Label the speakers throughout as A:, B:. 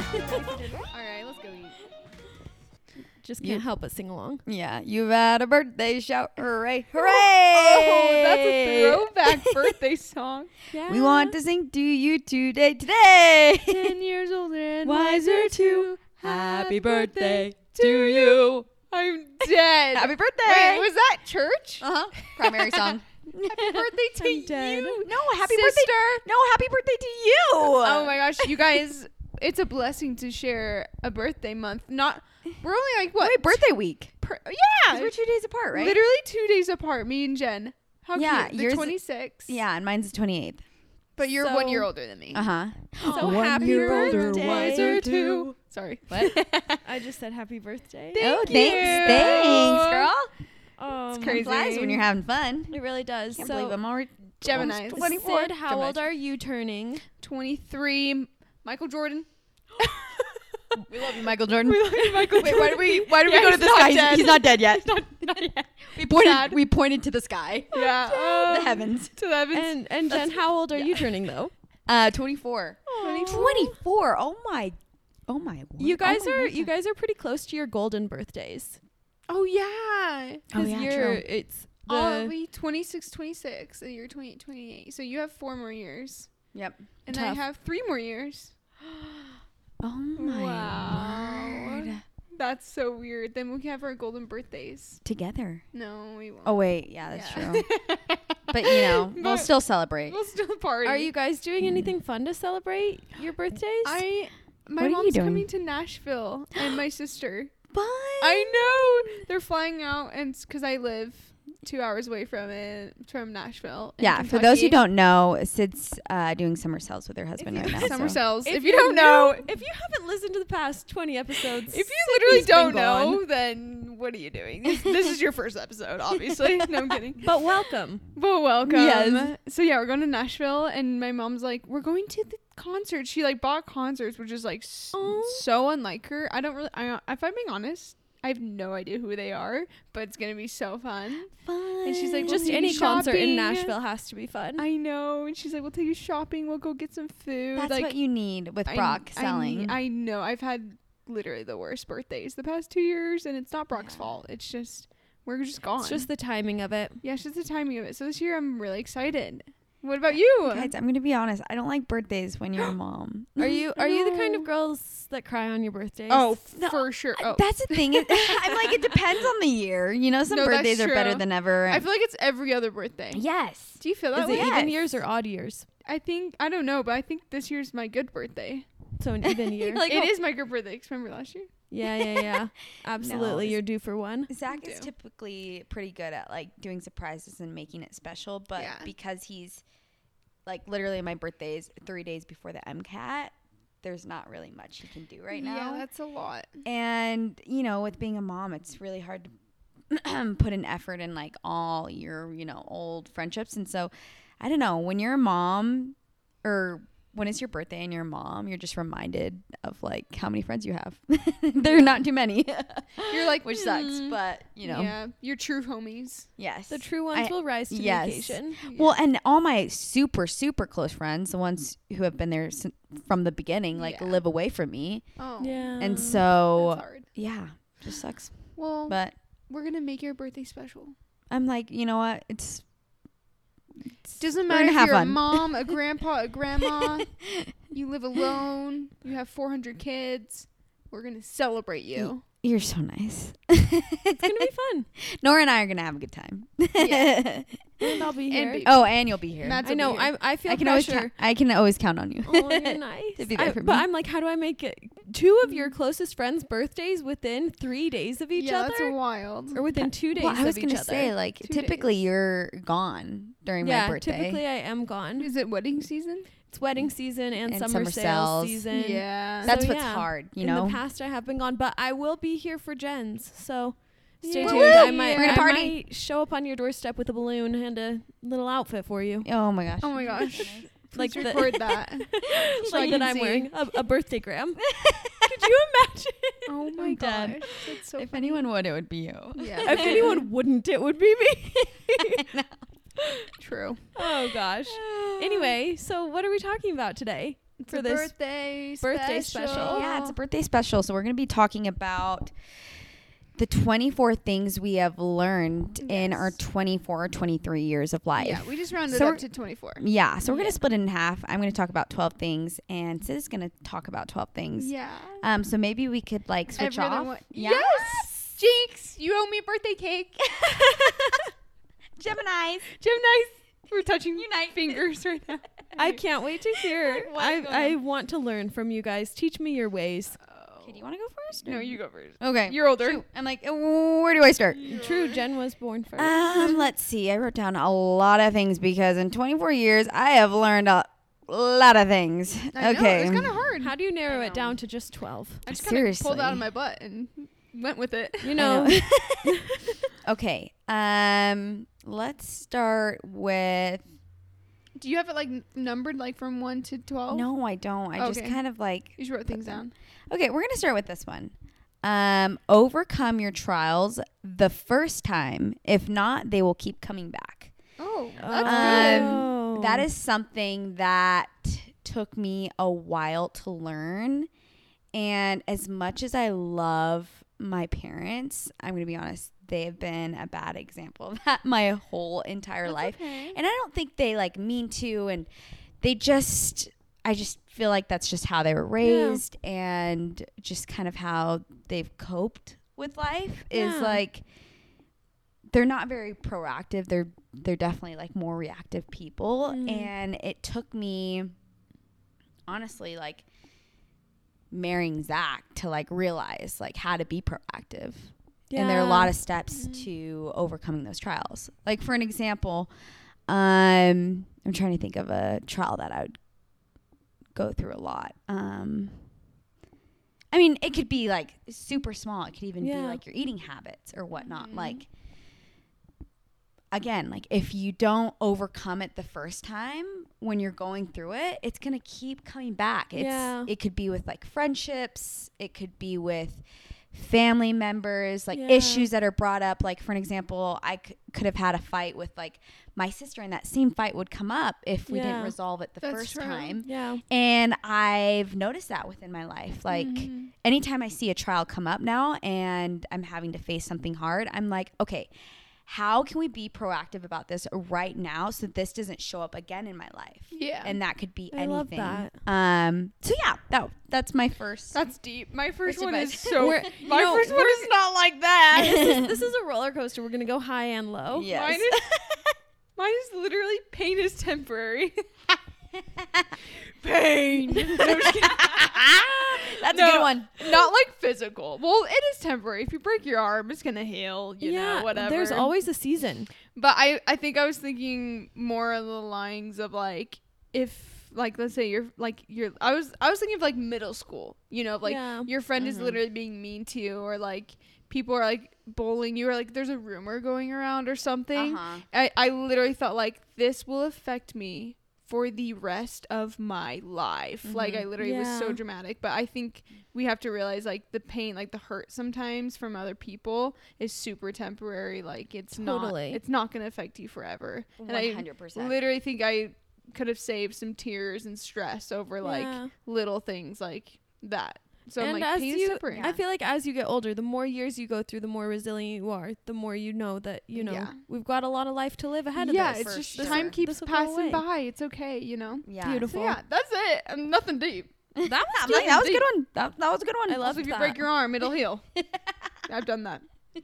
A: All right, let's go eat. Just can't help but sing along.
B: Yeah, you've had a birthday shout. Hooray, hooray!
C: Oh, that's a throwback birthday song.
A: Yeah.
B: We want to sing to you today, today.
A: ten years older and
B: Wiser too. Happy birthday to you.
C: I'm dead.
B: Happy birthday.
C: Wait, was that church?
B: uh huh. Primary song.
C: Happy birthday to
A: I'm dead.
C: you.
B: No, happy
C: Sister.
B: birthday. No, happy birthday to you.
C: Oh my gosh, you guys, it's a blessing to share a birthday month. Not we're only like what?
B: Wait, birthday week.
C: Per,
B: 'Cause
C: yeah.
B: We're two days apart, right?
C: Literally 2 days apart, me and Jen. How
B: Yeah,
C: cute. The
B: yours-
C: 26.
B: Yeah, and mine's the 28th.
C: But you're 1
A: So-
C: year older than me.
B: Uh huh.
A: So
C: One
A: happy
C: year older,
A: birthday.
C: wiser too. Sorry.
B: What?
A: I just said happy birthday.
C: Thank
B: oh, thanks,
C: you.
B: thanks, girl.
A: Um,
C: It's crazy.
B: Flies when you're having fun.
A: It really does.
B: Can't believe
A: so,
B: I'm already
C: Gemini's.
B: almost 24.
A: Sid, how
B: Gemini's.
A: old are you turning?
C: 23. Michael Jordan.
B: We love you, Michael Jordan.
C: Michael Wait, why did we why did
B: Yeah,
C: we go to
B: he's
C: this
B: not
C: guy?
B: dead. He's, not dead yet. We
C: Sad.
B: pointed. We pointed to the sky,
C: yeah.
B: the
C: um,
B: heavens.
C: To the heavens.
A: And and Jen, how old are you turning though?
B: Uh, twenty-four. Twenty-four. Oh my. Oh my.
A: You
B: word. Oh
A: guys
B: my
A: are
B: word.
A: you guys are pretty close to your golden birthdays.
C: oh yeah.
B: Oh
A: Because
B: yeah.
A: you're
B: True.
A: it's the
C: I'll be 26, 26, and you're 28, 28. So you have four more years.
B: Yep.
C: And
B: Tough.
C: I have three more years.
B: Oh my
C: Wow.
B: word.
C: That's so weird. Then we have our golden birthdays.
B: Together.
C: No, we won't.
B: Oh wait. Yeah, that's
C: Yeah.
B: true. But you know, we'll
C: But-
B: still celebrate.
C: We'll still party.
A: Are you guys doing anything fun to celebrate your birthdays?
C: Mm. I.
B: What
C: My
B: are you
C: mom's
B: doing?
C: coming to Nashville, and my sister.
B: Bye.
C: I know they're flying out, and because I live two hours away from it, from Nashville. in
B: Yeah, for those who
C: Kentucky.
B: don't know, Sid's uh, doing summer sales with her husband right now. so-
C: summer sales. If, you don't know,
A: if you haven't listened to the past 20 episodes,
C: if you literally
A: Sydney's been
C: don't know, then what are you doing? This, this is your first episode, obviously. no, I'm kidding.
A: gone. but welcome.
C: But welcome.
B: Yes.
C: So yeah, we're going to Nashville, and my mom's like, "We're going to the concert." She like bought concerts, which is like s-
A: Aw.
C: so unlike her. I don't really. I, if I'm being honest, I have no idea who they are, but it's gonna be so fun.
B: Fun.
C: And she's like,
A: Just
C: we'll take
A: any
C: you
A: concert
C: shopping.
A: in Nashville has to be fun.
C: I know, and she's like, "We'll take you shopping. We'll go get some food."
B: That's
C: like
B: what you need with
C: I-
B: Brock
C: I,
B: selling.
C: I, know. I've had literally the worst birthdays the past two years, and it's not Brock's fault. It's just we're just gone.
A: it's just the timing of it.
C: yeah, it's just the timing of it. So this year, I'm really excited. What about you?
B: Guys, I'm gonna be honest. I don't like birthdays when you're a mom.
A: Are you are you the kind of
C: No.
A: girls that cry on your birthdays?
C: Oh,
B: No,
C: for sure.
B: I-
C: Oh.
B: Mm, That's the thing. It, I'm like, it depends on the year. You know, some
C: No, that's
B: birthdays are better
C: true.
B: than ever.
C: I feel like it's every other birthday.
B: yes.
C: Do you feel that
A: is
C: way?
A: it even
B: oh, Yes.
A: years or odd years?
C: I think I don't know, but I think this year's my good birthday.
A: So an even year.
B: Like,
C: it
B: oh.
C: is my good birthday. 'cause remember last year?
A: yeah, yeah, yeah. Absolutely,
B: it's-
A: you're due for one.
B: Zach is
C: do.
B: typically pretty good at like doing surprises and making it special, but
C: Yeah.
B: because he's like literally my birthday is three days before the MCAT, there's not really much he can do right now.
C: Yeah, that's a lot.
B: and you know with being a mom it's really hard to put an effort in like all your you know old friendships and so i don't know when you're a mom or when it's your birthday and you're a mom you're just reminded of like how many friends you have there are not too many
C: You're like,
B: which sucks
C: mm,
B: but you know
C: yeah, your true homies.
B: yes
A: The true ones
B: I-
A: will rise to
B: yes.
A: the occasion.
B: well and all my super super close friends the ones who have been there sin from the beginning like
C: Yeah.
B: live away from me
C: Oh,
A: Yeah.
B: and
C: that's
B: so
C: hard.
B: yeah just sucks
C: Well,
B: but
C: we're gonna make your birthday special.
B: I'm like, you know what? It's
C: Doesn't
B: We're
C: matter
B: gonna
C: if
B: have
C: you're
B: fun.
C: a mom, a grandpa, a grandma. you live alone. You have 400 kids. We're gonna celebrate you.
B: you're so nice.
A: it's gonna be fun.
B: Nora and I are gonna have a good time.
C: Yeah.
A: And I'll be
C: And
A: here.
C: be-
B: oh, and you'll be here.
C: Matt's
A: I
C: will be
A: know.
C: here.
A: I I feel
B: I can always
A: pressure.
B: count, I can always count on you.
A: Oh, you're nice.
B: To be there
A: I-
B: for
A: But
B: me.
A: I'm like, how do I make it two of your closest friends' birthdays within three days of each
C: yeah, that's
A: other,
C: wild.
A: or within two days?
B: well, I was
A: of
B: gonna
A: each other?
B: say like
C: Two
B: typically
C: days.
B: you're gone during
A: yeah,
B: my birthday.
A: typically I am gone.
C: Is it wedding season?
A: It's wedding season and,
B: And
A: summer,
B: summer sales.
A: sales season.
C: yeah.
B: That's
A: uh, so,
B: what's
A: yeah.
B: hard, you
A: In
B: know.
A: the past, I have been gone, but I will be here for Jen's. So stay
C: Yay.
A: tuned.
B: Woo-hoo!
A: I might,
B: We're gonna
A: I
B: party.
A: might show up on your doorstep with a balloon and a little outfit for you,
B: oh my gosh.
C: oh my gosh.
A: Like
C: Please
A: the-
C: record that. So I
A: like
C: can
A: that I'm
C: see.
A: wearing a, a birthday gram. Could you imagine?
C: Oh my
B: I'm
C: gosh.
B: done.
C: That's so
B: if anyone would, it would be you.
C: yeah.
A: if anyone wouldn't, it would be me.
C: True.
A: Oh gosh. Anyway, so what are we talking about today?
C: It's
A: for
C: a
A: this
C: birthday
A: birthday special.
B: Yeah, it's a birthday special. So we're going to be talking about the 24 things we have learned in our
C: Yes.
B: 24 or 23 years of life.
C: Yeah, we just rounded
B: So
C: up
B: we're-
C: to 24.
B: Yeah, so we're
C: Yeah.
B: gonna split it in half. I'm gonna talk about twelve things, and Sid is gonna talk about twelve things.
C: Yeah.
B: Um, so maybe we could like switch
C: Every other
B: off.
C: one-
B: Yeah.
C: Yes! Jinx, you owe me a birthday cake.
B: Gemini's.
C: Gemini's, we're touching Unite. fingers right now.
A: I can't wait to hear.
C: What's
A: I,
C: going
A: I want to learn from you guys. Teach me your ways.
B: Okay, do you want to go first?
C: Oh. No,
B: or-
C: you go first.
B: Okay.
C: You're older.
B: Shoot, I'm like, oh, where do I start?
A: True, Jen was born first.
B: Um, let's see. I wrote down a lot of things because in 24 years, I have learned a lot of things.
C: I know,
B: okay. um,
C: it was kind of hard.
A: How do you narrow
C: I
A: it down to just 12?
C: I just kind of pulled out
B: Seriously.
C: of my butt and went with it.
A: You
B: I
A: know,
B: know. okay. Um, let's start with.
C: Do you have it like n- numbered, like from one to twelve?
B: No, I don't. I just
C: Okay.
B: kind of like.
C: you just wrote things down.
B: Okay, we're gonna start with this one. Um, overcome your trials the first time. If not, they will keep coming back.
C: Oh,
B: that's
C: that's
B: Um,
A: Oh.
B: That is something that took me a while to learn. And as much as I love my parents, I'm going to be honest, they have been a bad example of that my whole entire life. And I don't think they like mean to and they just I just feel like that's just how they were raised and just kind of how they've coped with life is
A: Yeah.
B: like they're not very proactive. They're they're definitely like more reactive people
A: Mm.
B: and it took me honestly like marrying Zach to like realize like how to be proactive. And there are a lot of steps
A: Mm-hmm.
C: Mhm.
B: to overcoming those trials. Like for an example, um, I'm trying to think of a trial that I would go through a lot. Um, I mean, it could be like super small. It could even be
A: Yeah. Mm-hmm.
B: like your eating habits or whatnot.
C: Mhm.
B: Like again, like if you don't overcome it the first time when you're going through it, it's gonna keep coming back. It's
A: Yeah.
B: it could be with like friendships. It could be with family members like
A: Yeah.
B: issues that are brought up like for an example I c- could have had a fight with like my sister and that same fight would come up if we didn't
A: Yeah.
B: resolve it the
C: That's
B: first
C: true.
B: time
A: Yeah.
B: and i've noticed that within my life like
A: Mm-hmm.
C: Mhm.
B: anytime i see a trial come up now and i'm having to face something hard i'm like okay how can we be proactive about this right now so this doesn't show up again in my life
C: yeah,
B: and that could be
A: I
B: anything
A: love that.
B: um so yeah that that's my first
C: that's deep. My first
B: That's
C: one
B: advice.
C: is so.
A: We're- you
C: my
A: know,
C: first one is not like that.
A: this, is, this is a roller coaster. We're going to go high and low.
B: Yes.
C: Mine is, mine is literally pain is temporary. pain. No, just kidding.
B: Ah, That's a
C: No.
B: good one.
C: not like physical. Well, it is temporary. If you break your arm, it's gonna heal. You know, whatever.
A: There's always a season.
C: But I, I think I was thinking more of the lines of like if like let's say you're like you're I was I was thinking of like middle school, you know, of, like
A: Yeah. Mm-hmm.
C: your friend is literally being mean to you or like people are like bullying you or like there's a rumor going around or something.
B: Uh-huh.
C: I, I literally thought like this will affect me for the rest of my life. Like I literally was so
A: Mm-hmm. Yeah.
C: dramatic, but I think we have to realize like the pain, like the hurt sometimes from other people is super temporary. Like it's
A: Totally.
C: not it's not going to affect you forever. And
B: 100%.
C: I literally think I could have saved some tears and stress over like
A: Yeah.
C: little things like that. So I'm
A: and
C: like
A: as
C: pain is
A: you,
C: temporary.
A: I feel like as you get older, the more years you go through, the more resilient you are. The more you know that you know
C: Yeah.
A: we've got a lot of life to live ahead of
C: yeah,
A: us.
C: it's
B: for
C: just
B: sure.
C: time
A: This
C: keeps
A: will go away.
C: passing by. It's okay, you know.
B: yeah.
A: beautiful.
C: So yeah, that's it. And nothing deep.
B: That was,
C: deep.
B: that was a good one. That, that was a good one.
A: I love
C: Also, if you
A: that.
C: break your arm, it'll heal. I've done that.
B: I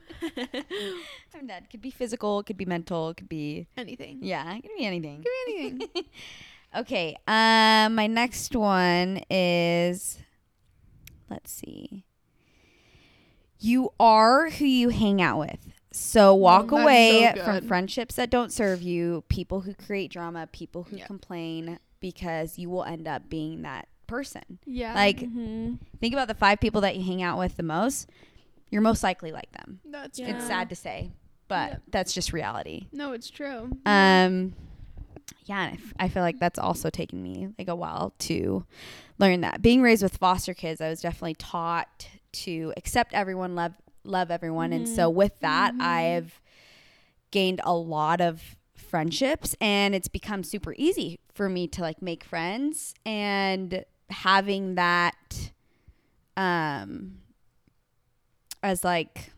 B: mean, that could be physical, it could be mental, it could be
C: Anything.
B: yeah, it could be anything.
C: Anything.
B: Okay. Um, my next one is let's see. You are who you hang out with. So walk
C: that's so
B: away from
C: good.
B: friendships that don't serve you, people who create drama, people who
C: Yeah.
B: complain, because you will end up being that person.
C: yeah.
B: Like
A: hmm
B: think about the five people that you hang out with the most. You're most likely like them.
C: that's
A: Yeah.
C: true.
B: It's sad to say, but
C: Yep.
B: that's just reality.
C: No, it's true.
B: Um, yeah, and I, f- I feel like that's also taken me like a while to learn that. Being raised with foster kids, I was definitely taught to accept everyone, love love everyone, and so with that, I've gained a lot of friendships, and it's become super easy for me to like make friends and having that um as like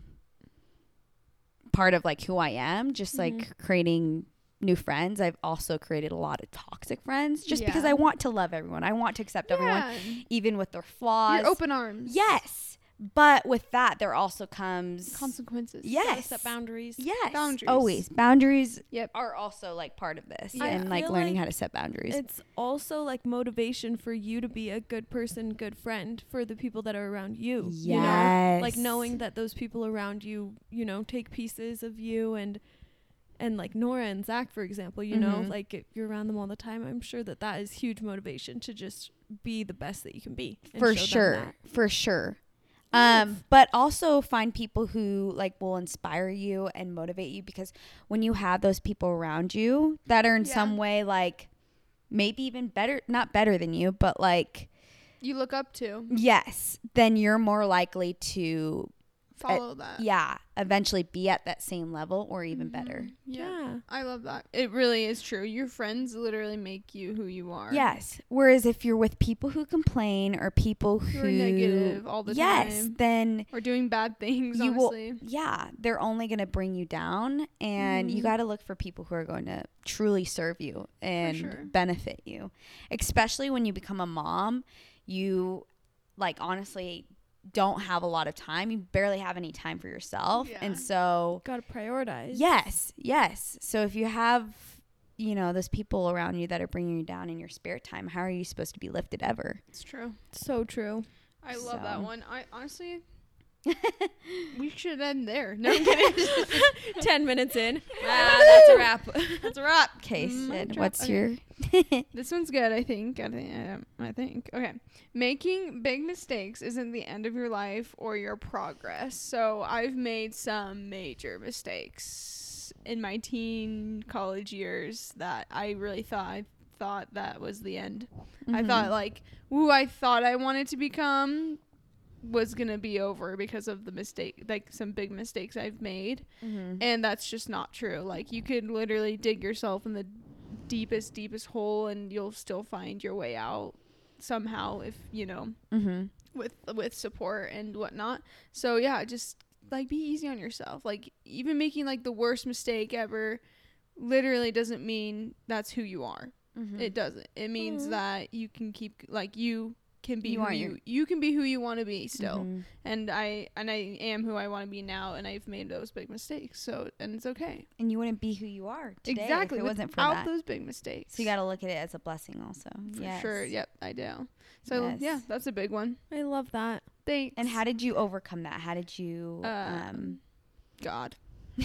B: part of like who I am, just like creating new friends. I've also created a lot of toxic friends just because
C: Yeah.
B: I want to love everyone. I want to accept everyone
C: Yeah.
B: even with their flaws.
C: Your open arms.
B: Yes. But with that there also comes
C: Consequences.
A: Gotta
B: Yes.
A: set boundaries.
B: Yes.
C: Boundaries.
B: Always. Boundaries
C: Yep.
B: are also like part of this
A: Yeah.
B: and
A: I
B: like
A: feel
B: learning
A: like
B: how to set boundaries.
A: It's also like motivation for you to be a good person, good friend for the people that are around you. You know? Like
B: Yes.
A: knowing that those people around you, you know, take pieces of you and and like Nora and Zach, for example, you know,
B: Mhm.
A: like if you're around them all the time, I'm sure that that is huge motivation to just be the best that you can be. and show
B: for
A: them
B: sure
A: that.
B: for sure
A: Yes.
B: um but also find people who like will inspire you and motivate you because when you have those people around you that are in
C: Yeah.
B: some way like maybe even better not better than you but like
C: You look up to.
B: yes then you're more likely to
C: Follow that.
B: Uh,
C: Mm-hmm.
B: yeah eventually be at that same level or even better
C: yeah.
A: yeah.
C: I love that. It really is true. Your friends literally make you who you are.
B: Yes. Whereas if you're with people who complain or people who,
C: Who are negative all the
B: yes,
C: time.
B: then
C: Or doing bad things,
B: You will-
C: honestly.
B: yeah, they're only going to bring you down and
C: Mm.
B: you
A: Mhm.
B: got to look for people who are going to truly serve you and
C: sure.
B: benefit you. Especially when you become a mom, you like honestly don't have a lot of time. You barely have any time for yourself.
C: Yeah.
B: And so
A: Gotta prioritize.
B: yes, yes. So if you have you know those people around you that are bringing you down in your spare time how are you supposed to be lifted ever
C: It's true.
A: So true.
C: I love that
B: So.
C: one. I honestly we should end there. No I'm kidding.
A: Ten minutes in. Ah, that's a wrap.
C: That's a wrap.
B: okay
C: Mic
B: sid
C: drop.
B: what's
C: Okay.
B: your
C: This one's good, I think. I think. um, I think. Okay. Making big mistakes isn't the end of your life or your progress. So I've made some major mistakes in my teen college years that I really thought I thought that was the end.
B: Mm-hmm.
C: I thought like who I thought I wanted to become was gonna be over because of the mistake, like some big mistakes I've made
B: Mm-hmm.
C: and that's just not true like you could literally dig yourself in the deepest deepest hole and you'll still find your way out somehow if you know
B: mm-hmm.
C: with with support and whatnot so yeah just like be easy on yourself like even making like the worst mistake ever literally doesn't mean that's who you are
B: Mm-hmm.
C: it doesn't it means
A: Aw.
C: that you can keep like you can be
B: You
C: who
B: are your-
C: you you can be who you want to be still
B: Mhm.
C: and I and I am who I want to be now, and I've made those big mistakes. So and it's okay.
B: And you wouldn't be who you are today
C: exactly.
B: if it wasn't for
C: without
B: that.
C: those big mistakes.
B: so you got to look at it as a blessing, also.
C: for
B: Yes.
C: sure. Yep, I do. So
B: Yes.
C: yeah, that's a big one.
A: I love that.
C: Thanks.
B: And how did you overcome that? How did you?
C: Um,
B: Um,
C: God.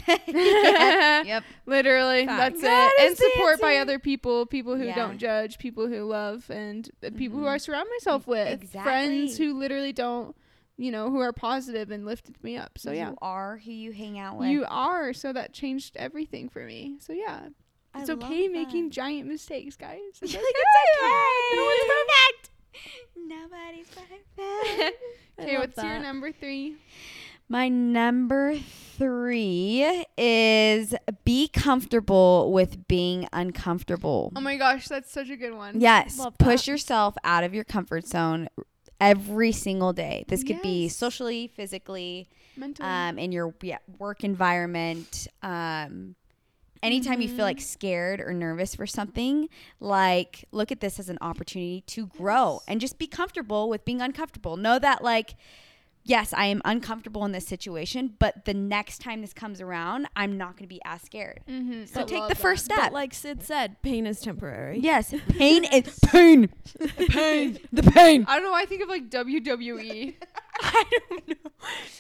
B: yep.
C: Literally,
B: Facts.
C: that's
A: That
C: it.
A: is
C: And
A: the
C: support by
A: answer.
C: other people, people who
B: Yeah. Mm-hmm.
C: don't judge, people who love, and the people who I surround myself with. Friends
B: exactly.
C: who literally don't, you know, who are positive and lifted me up. So yeah,
B: you are who you hang out with.
C: you are. So that changed everything for me. So yeah,
B: I
C: It's
B: love
C: okay making
B: that.
C: giant mistakes, guys. It's
B: Like,
C: okay.
B: it's okay. No one's perfect. Nobody's perfect.
A: I
C: okay,
A: love
C: what's your
A: that.
C: number three?
B: My number three is be comfortable with being uncomfortable.
C: Oh my gosh, that's such a good one.
B: Yes.
A: Love that.
B: Push yourself out of your comfort zone every single day. This could be
C: Yes.
B: socially, physically,
C: Mentally.
B: um, in your yeah, work environment. Um, anytime
A: Mm-hmm.
B: you feel like scared or nervous for something, like look at this as an opportunity to grow and just be comfortable with being uncomfortable. Know that, like, yes, I am uncomfortable in this situation, but the next time this comes around, I'm not going to be as scared.
C: mm-hmm.
B: So take the first
A: But
B: step.
A: like Sid said, pain is temporary.
B: Yes, pain is pain. pain. The pain.
C: I don't know why I think of like WWE.
B: I don't know.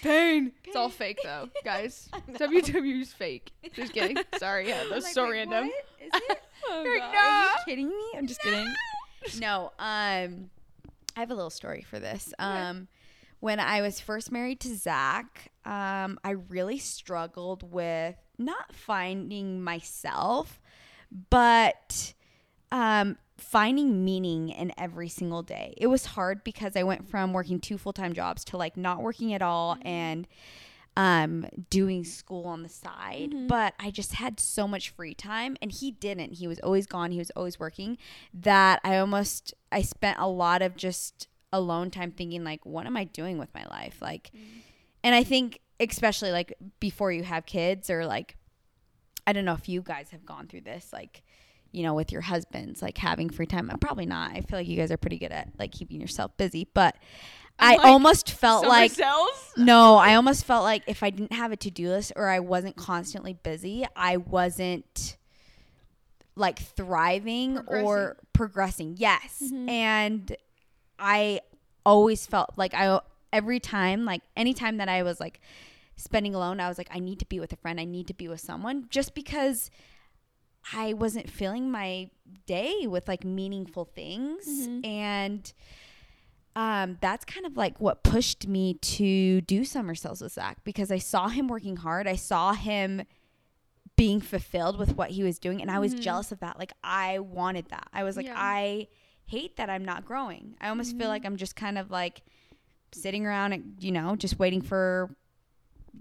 B: Pain.
C: it's all fake though, guys. WWE's fake. Just kidding. Sorry, yeah, that was so random.
A: You're
C: God.
A: not-
B: Are you kidding me? I'm just kidding. No. Um, I have a little story for this. Um, when I was first married to Zach, um, I really struggled with not finding myself, but um, finding meaning in every single day.
C: Mm-hmm.
B: It was hard because I went from working two full time jobs to like not working at all and um, doing school on the side,
C: Mm-hmm.
A: Mhm.
B: but I just had so much free time, and he didn't. He was always gone. He was always working. That I almost I spent a lot of just alone time thinking like, what am I doing with my life? Like,
C: Mm.
B: and I think especially like before you have kids or like, I don't know if you guys have gone through this like. You know, with your husbands, like having free time. Uh, Probably not. I feel like you guys are pretty good at like keeping yourself busy, but I
C: I'm like,
B: almost felt
C: Summer
B: like
C: cells?
B: no, I almost felt like if I didn't have a to do list or I wasn't constantly busy, I wasn't like thriving or progressing. Yes.
A: Mhm.
B: And I always felt like I, every time, like anytime that I was like spending alone, I was like, I need to be with a friend. I need to be with someone just because I wasn't filling my day with like meaningful things.
A: Mhm.
B: And, um, that's kind of like what pushed me to do summer sales with Zach because I saw him working hard. I saw him being fulfilled with what he was doing, and I was
C: Mhm.
B: jealous of that. Like I wanted that. I was like,
C: Yeah. Mm-hmm.
B: I hate that I'm not growing. I almost feel like I'm just kind of like sitting around, and, you know, just waiting for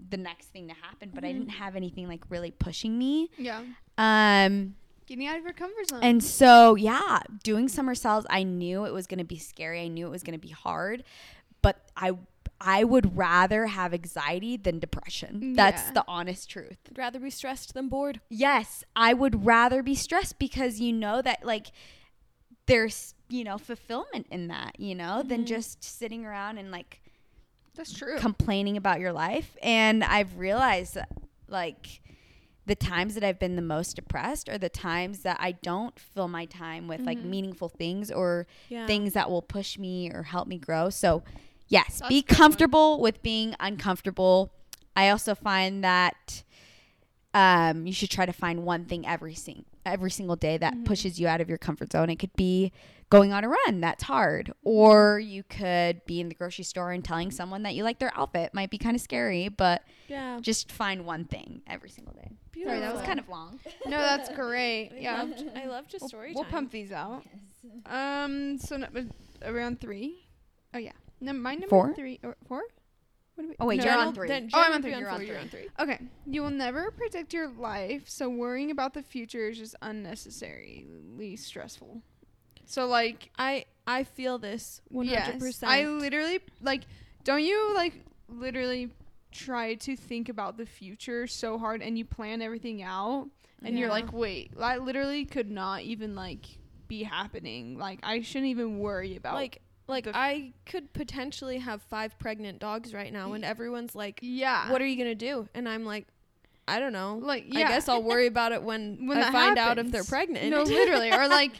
B: the next thing to happen. But I
A: Mhm.
B: didn't
C: Mm-hmm.
B: have anything like really pushing me.
C: Yeah.
B: Um,
C: Getting out of your comfort zone.
B: and so, yeah, doing summer sales, I knew it was going to be scary. I knew it was going to be hard, but I I would rather have anxiety than depression. That's
C: Yeah.
B: the honest truth.
A: I'd rather be stressed than bored.
B: Yes, I would rather be stressed because you know that like there's, you know, fulfillment in that, you know, than
A: Mhm.
B: just sitting around and like
C: That's true.
B: complaining about your life and i've realized that, like the times that i've been the most depressed are the times that i don't fill my time with like
C: Mhm.
B: meaningful things or
A: Yeah.
B: things that will push me or help me grow so yes
C: That's a
B: be
C: good one.
B: comfortable with being uncomfortable i also find that um, you should try to find one thing every sing- every single day that
C: Mhm.
B: pushes you out of your comfort zone. It could be going on a run that's hard, or you could be in the grocery store and telling someone that you like their outfit. Might be kind of scary, but
A: yeah.
B: just find one thing every single day. Sorry, that was
A: Beautiful.
B: kind of long.
C: no, that's great. Yeah.
A: I loved, I loved just
C: We'll-
A: story
C: we'll,
A: time.
C: pump these out. Um. So no, around three. Oh yeah. No, my number
B: Four?
C: three or four. What do we?
B: Oh, wait,
C: no,
B: you're
A: General-
B: on three.
A: then
C: Oh, I'm on
A: general
C: three,
A: be
C: you're
A: four,
C: on three.
A: You're on three.
C: Okay. You will never predict your life, so worrying about the future is just unnecessarily stressful. So like,
A: I I feel this 100%.
C: yes, I literally like. Don't you like literally try to think about the future so hard and you plan everything out and you're
A: Yeah.
C: like, wait, that literally could not even like be happening. Like I shouldn't even worry about
A: like like
C: oh, the-
A: I could potentially have five pregnant dogs right now and everyone's like
C: yeah.
A: what are you gonna do? And I'm like, I don't know.
C: Like,
A: I
C: yeah.
A: guess I'll worry about it when,
C: When
A: I
C: that
A: find out if
C: happens.
A: they're pregnant.
C: No, literally, or like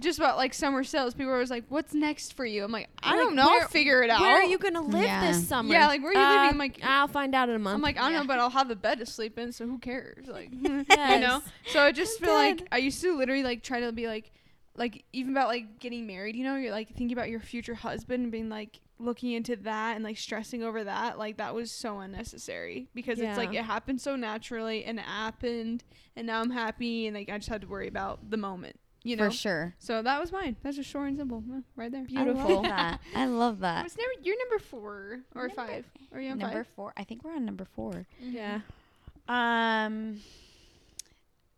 C: just about like summer sales. People are always like, "What's next for you?" I'm like, "I
A: Like,
C: don't know.
A: where-
C: I'll figure it out."
A: where are you gonna live
B: Yeah.
A: this summer?
C: Yeah, like, where are you living?
A: Uh,
C: I'm like-
A: I'll find out in a month.
C: I'm like, I don't
B: Yeah.
C: know, but I'll have a bed to sleep in, so who cares? Like, you
A: Yes.
C: know. So I just
A: I'm
C: feel
A: dead.
C: like I used to literally like try to be like, like even about like getting married. You know, you're like thinking about your future husband and being like looking into that and like stressing over that. Like that was so unnecessary because it's like
A: Yeah.
C: it happened so naturally and it happened, and now I'm happy and like I just had to worry about the moment. You know,
B: For sure.
C: So that was mine. That's just short and simple. Yeah, right there.
B: I love that. I love that.
C: What's number, you're number four or
B: Number-
C: five. Are you on
B: Number
C: five?
B: four. I think we're on number four.
A: yeah,
B: Um,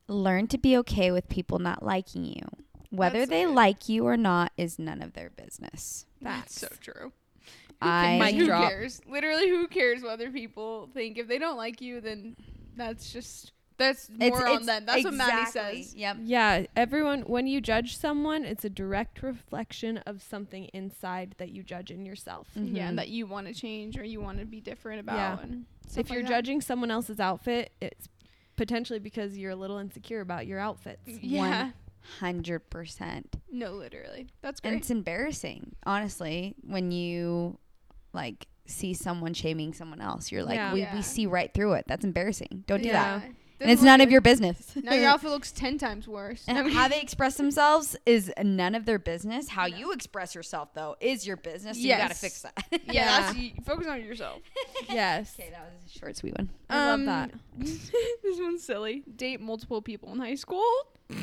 B: learn to be okay with people not liking you. Whether
C: That's so
B: they
C: good.
B: like you or not is none of their business.
C: That's so true.
B: I
A: Mic
C: who
A: drop.
C: cares? Literally, who cares what other people think? If they don't like you, then that's just that's more
B: It's-
C: on
B: it's-
C: them. That's what
B: exactly.
C: Maddie says.
B: Yep.
A: yeah. Everyone, when you judge someone, it's a direct reflection of something inside that you judge in yourself.
C: Yeah,
B: Mhm.
C: and that you want to change or you want to be different about.
A: Yeah.
C: And stuff
A: If
B: Oh,
A: you're
C: like that.
A: judging someone else's outfit, it's potentially because you're a little insecure about your outfits.
C: yeah,
B: hundred percent.
C: no, literally, that's
B: And
C: great.
B: it's embarrassing, honestly, when you like see someone shaming someone else. You're like,
A: Yeah.
B: we,
C: Yeah.
B: we see right through it. That's embarrassing. Don't do
A: Yeah.
B: that.
A: And
B: And it's none of your business.
C: Now your outfit looks ten times worse. I
B: And
C: mean-
B: how they express themselves is none of their business. How
C: No.
B: you express yourself, though, is your business. So You got to
C: Yes.
B: fix that.
C: yeah, That's, you, focus on yourself.
A: yes,
B: okay, that was a short, sweet one.
A: I love that.
C: Um, this one's silly. Date multiple people in high school.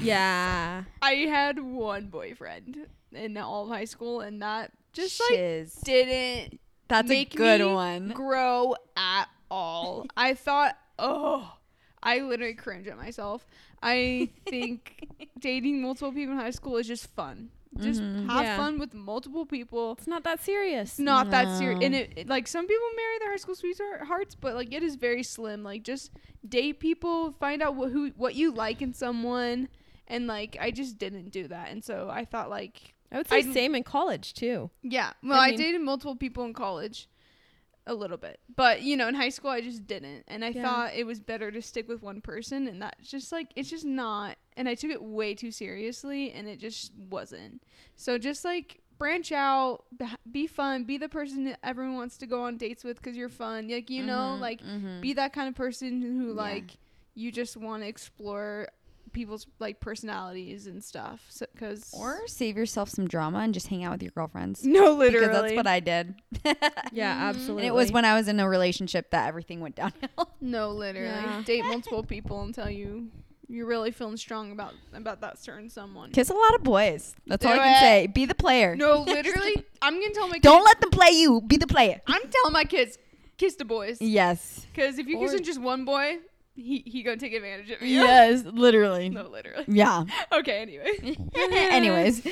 A: Yeah,
C: I had one boyfriend in all of high school, and that just like
B: Shiz.
C: didn't
B: that's a
C: make
A: Mm.
B: good
C: me
B: one.
C: grow at all. I thought, oh, I literally cringe at myself. I think dating multiple people in high school is just fun. Just have
B: Mhm.
A: Mm-hmm. Yeah.
C: fun with multiple people.
A: It's not that serious.
C: It's not that serious.
B: No.
C: And it, it- like some people marry their high school sweethearts, but like it is very slim. Like just date people, find out what who what you like in someone, and like I just didn't do that, and so I thought like
A: I would say
C: I'd-
A: same in college too.
C: yeah. Well,
A: I
C: I,
A: mean-
C: dated multiple people in college a little bit. But, you know, in high school I just didn't. And I
A: Yeah.
C: thought it was better to stick with one person and that's just like it's just not and I took it way too seriously and it just wasn't. So just like branch out, b- be fun, be the person that everyone wants to go on dates with cuz you're fun. Like, you know,
B: Mhm,
C: like
B: mhm.
C: be that kind of person who
B: Yeah.
C: like you just want to explore people's like personalities and stuff so, cuz
B: or save yourself some drama and just hang out with your girlfriends.
C: no literally
B: Because that's what I did.
A: Yeah,
C: Mhm.
A: absolutely.
B: Mm-hmm. And it was when I was in a relationship that everything went downhill.
C: No, literally.
A: Yeah.
C: Date multiple people until you you're really feeling strong about about that certain someone.
B: Kiss a lot of boys. That's all I
C: Do
B: can
C: it.
B: say. Be the player.
C: No, literally, I'm gonna tell my
B: Don't
C: kids,
B: let them play you. Be the player.
C: I'm telling my kids kiss the boys
B: Yes.
C: because if you
A: Or-
C: kissing just one boy, he he gonna take advantage of you.
B: Yes, literally.
C: No, literally.
B: Yeah.
C: Okay. Anyway.
B: Anyways,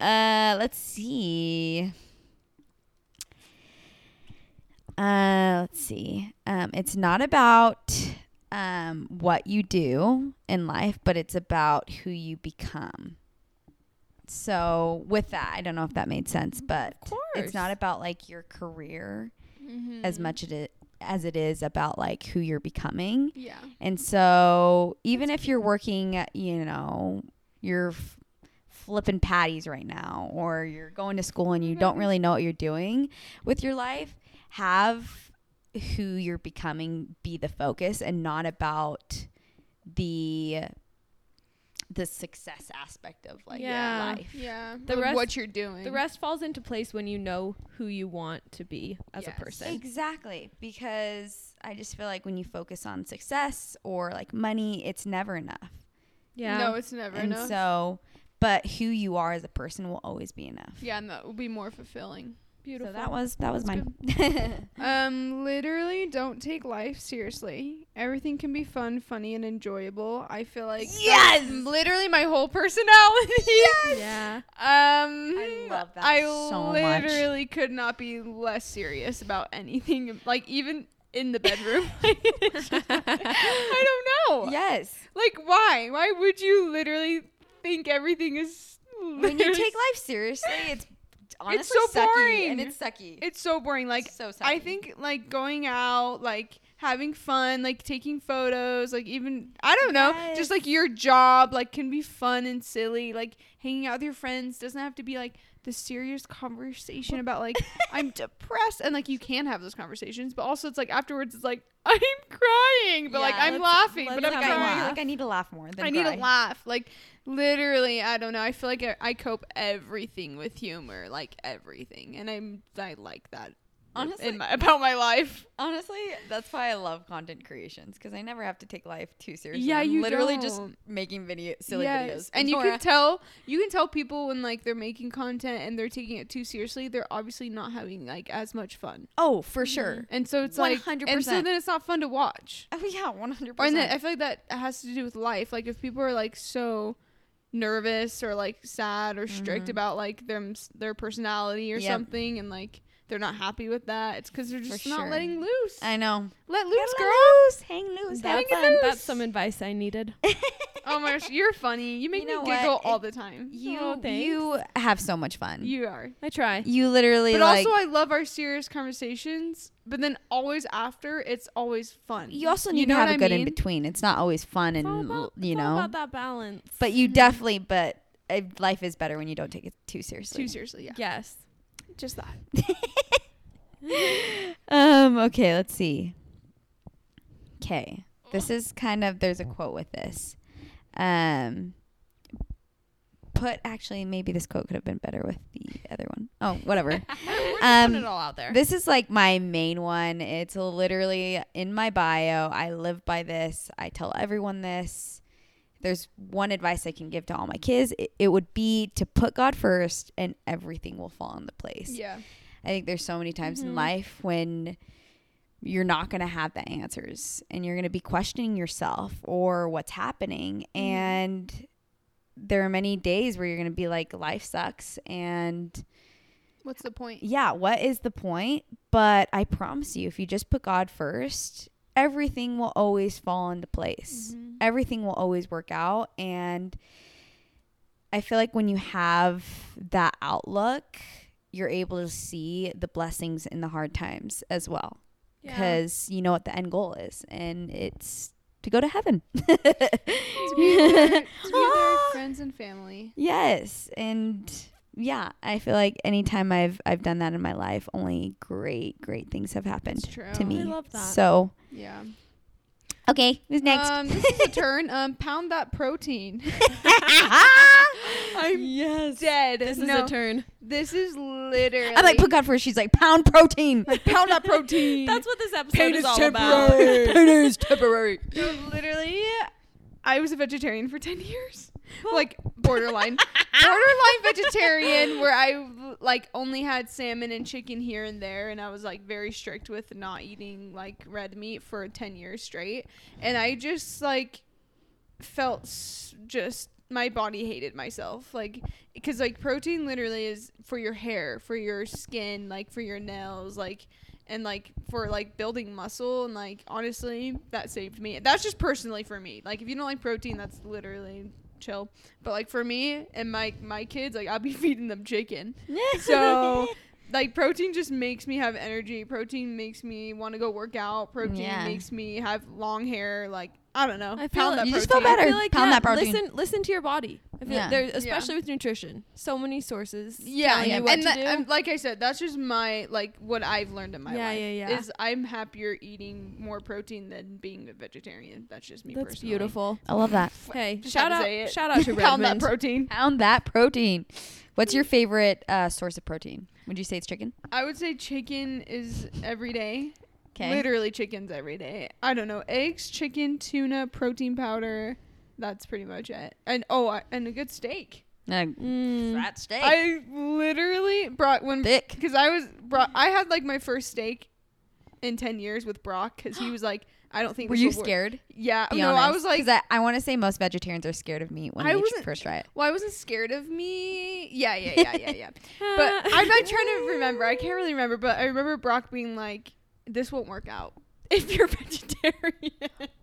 B: uh, let's see. Uh, let's see. Um, it's not about um, what you do in life, but it's about who you become. So, with that, I don't know if that made sense, but it's not about like your career
C: Mm-hmm.
B: as much it is, as it is about like who you're becoming.
C: Yeah.
B: And so, even if you're working, at, you know, you're f- flipping patties right now, or you're going to school and you don't really know what you're doing with your life, have who you're becoming be the focus and not about the the success aspect of like
A: Yeah.
B: life.
C: Yeah.
A: The
C: The
A: rest-
C: what you're doing.
A: the rest falls into place when you know who you want to be as
C: Yes.
A: a person.
B: Exactly, because I just feel like when you focus on success or like money, it's never enough.
A: Yeah.
C: No, it's never
B: and
C: enough.
B: so but who you are as a person will always be enough
C: yeah, and that will be more fulfilling.
A: beautiful.
B: so that was that was
C: That's
B: mine
C: Um, literally, don't take life seriously. Everything can be fun, funny, and enjoyable. I feel like that's
B: Yes!
C: literally my whole personality. yes,
A: yeah.
C: Um,
B: I love that
C: I
B: so much.
C: literally could not be less serious about anything, like even in the bedroom. Oh, I don't know.
B: yes
C: Like, why? Why would you literally think everything is?
B: when you take life seriously it's honestly
C: so
B: sucky
C: boring.
B: and it's sucky
C: it's so boring. Like,
B: so sucky
C: I think like going out, like having fun, like taking photos, like even I don't know, just like your job like can be fun and silly. Like hanging out with your friends doesn't have to be like the serious conversation about like I'm depressed and like you can have those conversations, but also it's like afterwards it's like I'm crying, but like
B: Yeah,
C: I'm
A: let's-
C: laughing, but
A: let's
C: I'm
B: I think
A: have
B: I,
A: a
C: crying.
A: laugh.
B: like I need to laugh more than
C: I need
B: cry.
C: to laugh. Like literally, I don't know. I feel like I, I cope everything with humor, like everything, and I'm I like that.
B: Honestly-
C: in my, about my life.
B: honestly that's why i love content creations because i never have to take life too seriously
C: Yeah,
B: I'm
C: you
B: literally just
C: don't.
B: making video silly videos
C: And you
B: Nora.
C: can tell you can tell people when like they're making content and they're taking it too seriously, they're obviously not having like as much fun.
B: oh for sure
C: And so it's like and so
B: 100%.
C: then it's not fun to watch.
B: oh yeah 100
C: Or and
B: percent.
C: then I feel like that has to do with life. Like if people are like so nervous or like sad or strict
B: Mhm.
C: about like their their personality or
B: Yep.
C: something and like they're not happy with that, it's because they're just not
B: sure.
C: letting loose.
B: I know
C: Let loose, girl.
B: loose hang loose have
A: That's,
B: fun.
A: that's some advice I needed.
C: oh my gosh, you're funny. You make
B: know
C: me
B: what?
C: giggle all
B: It- Mm.
C: the time.
B: You
A: Oh, thanks.
B: you have so much fun. You,
C: You are.
A: I try.
B: literally
C: But
B: like
C: also, I love our serious conversations. But then always after, it's always fun.
B: you also need
C: know
B: to have
C: what
B: a
C: I
B: good in
C: mean?
B: between. It's not always fun
A: It's all
B: and
A: about,
B: you
A: it's all
B: know.
A: about that balance.
B: But you definitely but uh, life is better when you don't take it too seriously.
C: Too seriously, yeah.
A: yes.
C: Just that.
B: Um okay, let's see. Okay. This is kind of there's a quote with this. Um put actually maybe this quote could have been better with the other one. Oh, whatever. Um,
A: Put it all out there.
B: This is like my main one. It's literally in my bio. I live by this. I tell everyone this. There's one advice I can give to all my kids. It, it would be to put God first and everything will fall into place.
C: Yeah.
B: I think there's so many times in
A: Mhm.
B: life when you're not going to have the answers and you're going to be questioning yourself or what's happening and there are many days where you're going to be like life sucks and
C: What's the point?
B: yeah, what is the point? But I promise you if you just put God first, everything will always fall into place
C: Mhm.
B: everything will always work out and i feel like when you have that outlook you're able to see the blessings in the hard times as well because you know what the end goal is and it's to go to heaven
C: To be with their- to be with their friends and family.
B: yes and yeah i feel like anytime i've i've done that in my life only great great things have happened
C: It's true.
B: to me
A: I love that.
B: so
C: Yeah.
B: okay who's next
C: Um, this is a turn. Um, pound that protein. I'm
A: yes.
C: dead.
A: This
C: no,
A: is a turn.
C: this is literally.
B: i'm like put god first she's like pound protein
C: pound that protein.
A: That's what this episode is, all about.
B: Pain is temporary.
C: No, literally, I was a vegetarian for 10 years. Like borderline, borderline vegetarian, where I like only had salmon and chicken here and there, and I was like very strict with not eating like red meat for 10 years straight. And I just like felt s- just my body hated myself, like because like protein literally is for your hair, for your skin, like for your nails, like and like for like building muscle and like honestly that saved me that's just personally for me like if you don't like protein that's literally chill but like for me and my my kids like i'll be feeding them chicken so like protein just makes me have energy protein makes me want to go work out protein
B: Yeah.
C: makes me have long hair like i don't know
A: I feel
C: Pound
A: like-
C: that
B: You just feel
C: protein.
B: better.
A: I feel like
B: Pound
A: yeah,
B: that protein.
A: Listen, listen to your body. I feel
B: Yeah.
A: like there, especially with nutrition, so many sources.
C: yeah,
A: telling
C: yeah.
A: you what
C: and
A: to
C: that-
A: do.
C: and like I said, that's just my like what I've learned in my
A: Yeah,
C: life.
A: yeah, yeah.
C: Is I'm happier eating more protein than being a vegetarian. That's just me.
A: That's
C: personally.
A: beautiful.
B: I love that.
A: Hey,
C: Just had
A: shout
C: to
A: out,
C: say it.
A: shout out to
C: Pound that
A: Redmond.
C: protein.
B: Pound that protein. What's your favorite uh, source of protein? Would you say it's chicken?
C: I would say chicken is every day.
B: 'Kay.
C: Literally chickens every day. I don't know. Eggs, chicken, tuna, protein powder. That's pretty much it. And oh, I- and a good steak.
B: Uh,
A: Mm.
B: fat steak.
C: I literally brought when
B: Thick.
C: because I was brought. I had like my first steak in ten years with Brock because he was like, I don't think.
B: Were
C: this
B: you
C: will work.
B: scared?
C: Yeah.
B: Be
C: no, I
B: honest.
C: was like,
B: 'Cause I, I want to say most vegetarians are scared of meat when
C: I
B: they
C: wasn't-
B: first try it.
C: well, I wasn't scared of me. Yeah, yeah, yeah, yeah, yeah. but I'm not trying to remember. I can't really remember, but I remember Brock being like, "This won't work out if you're vegetarian."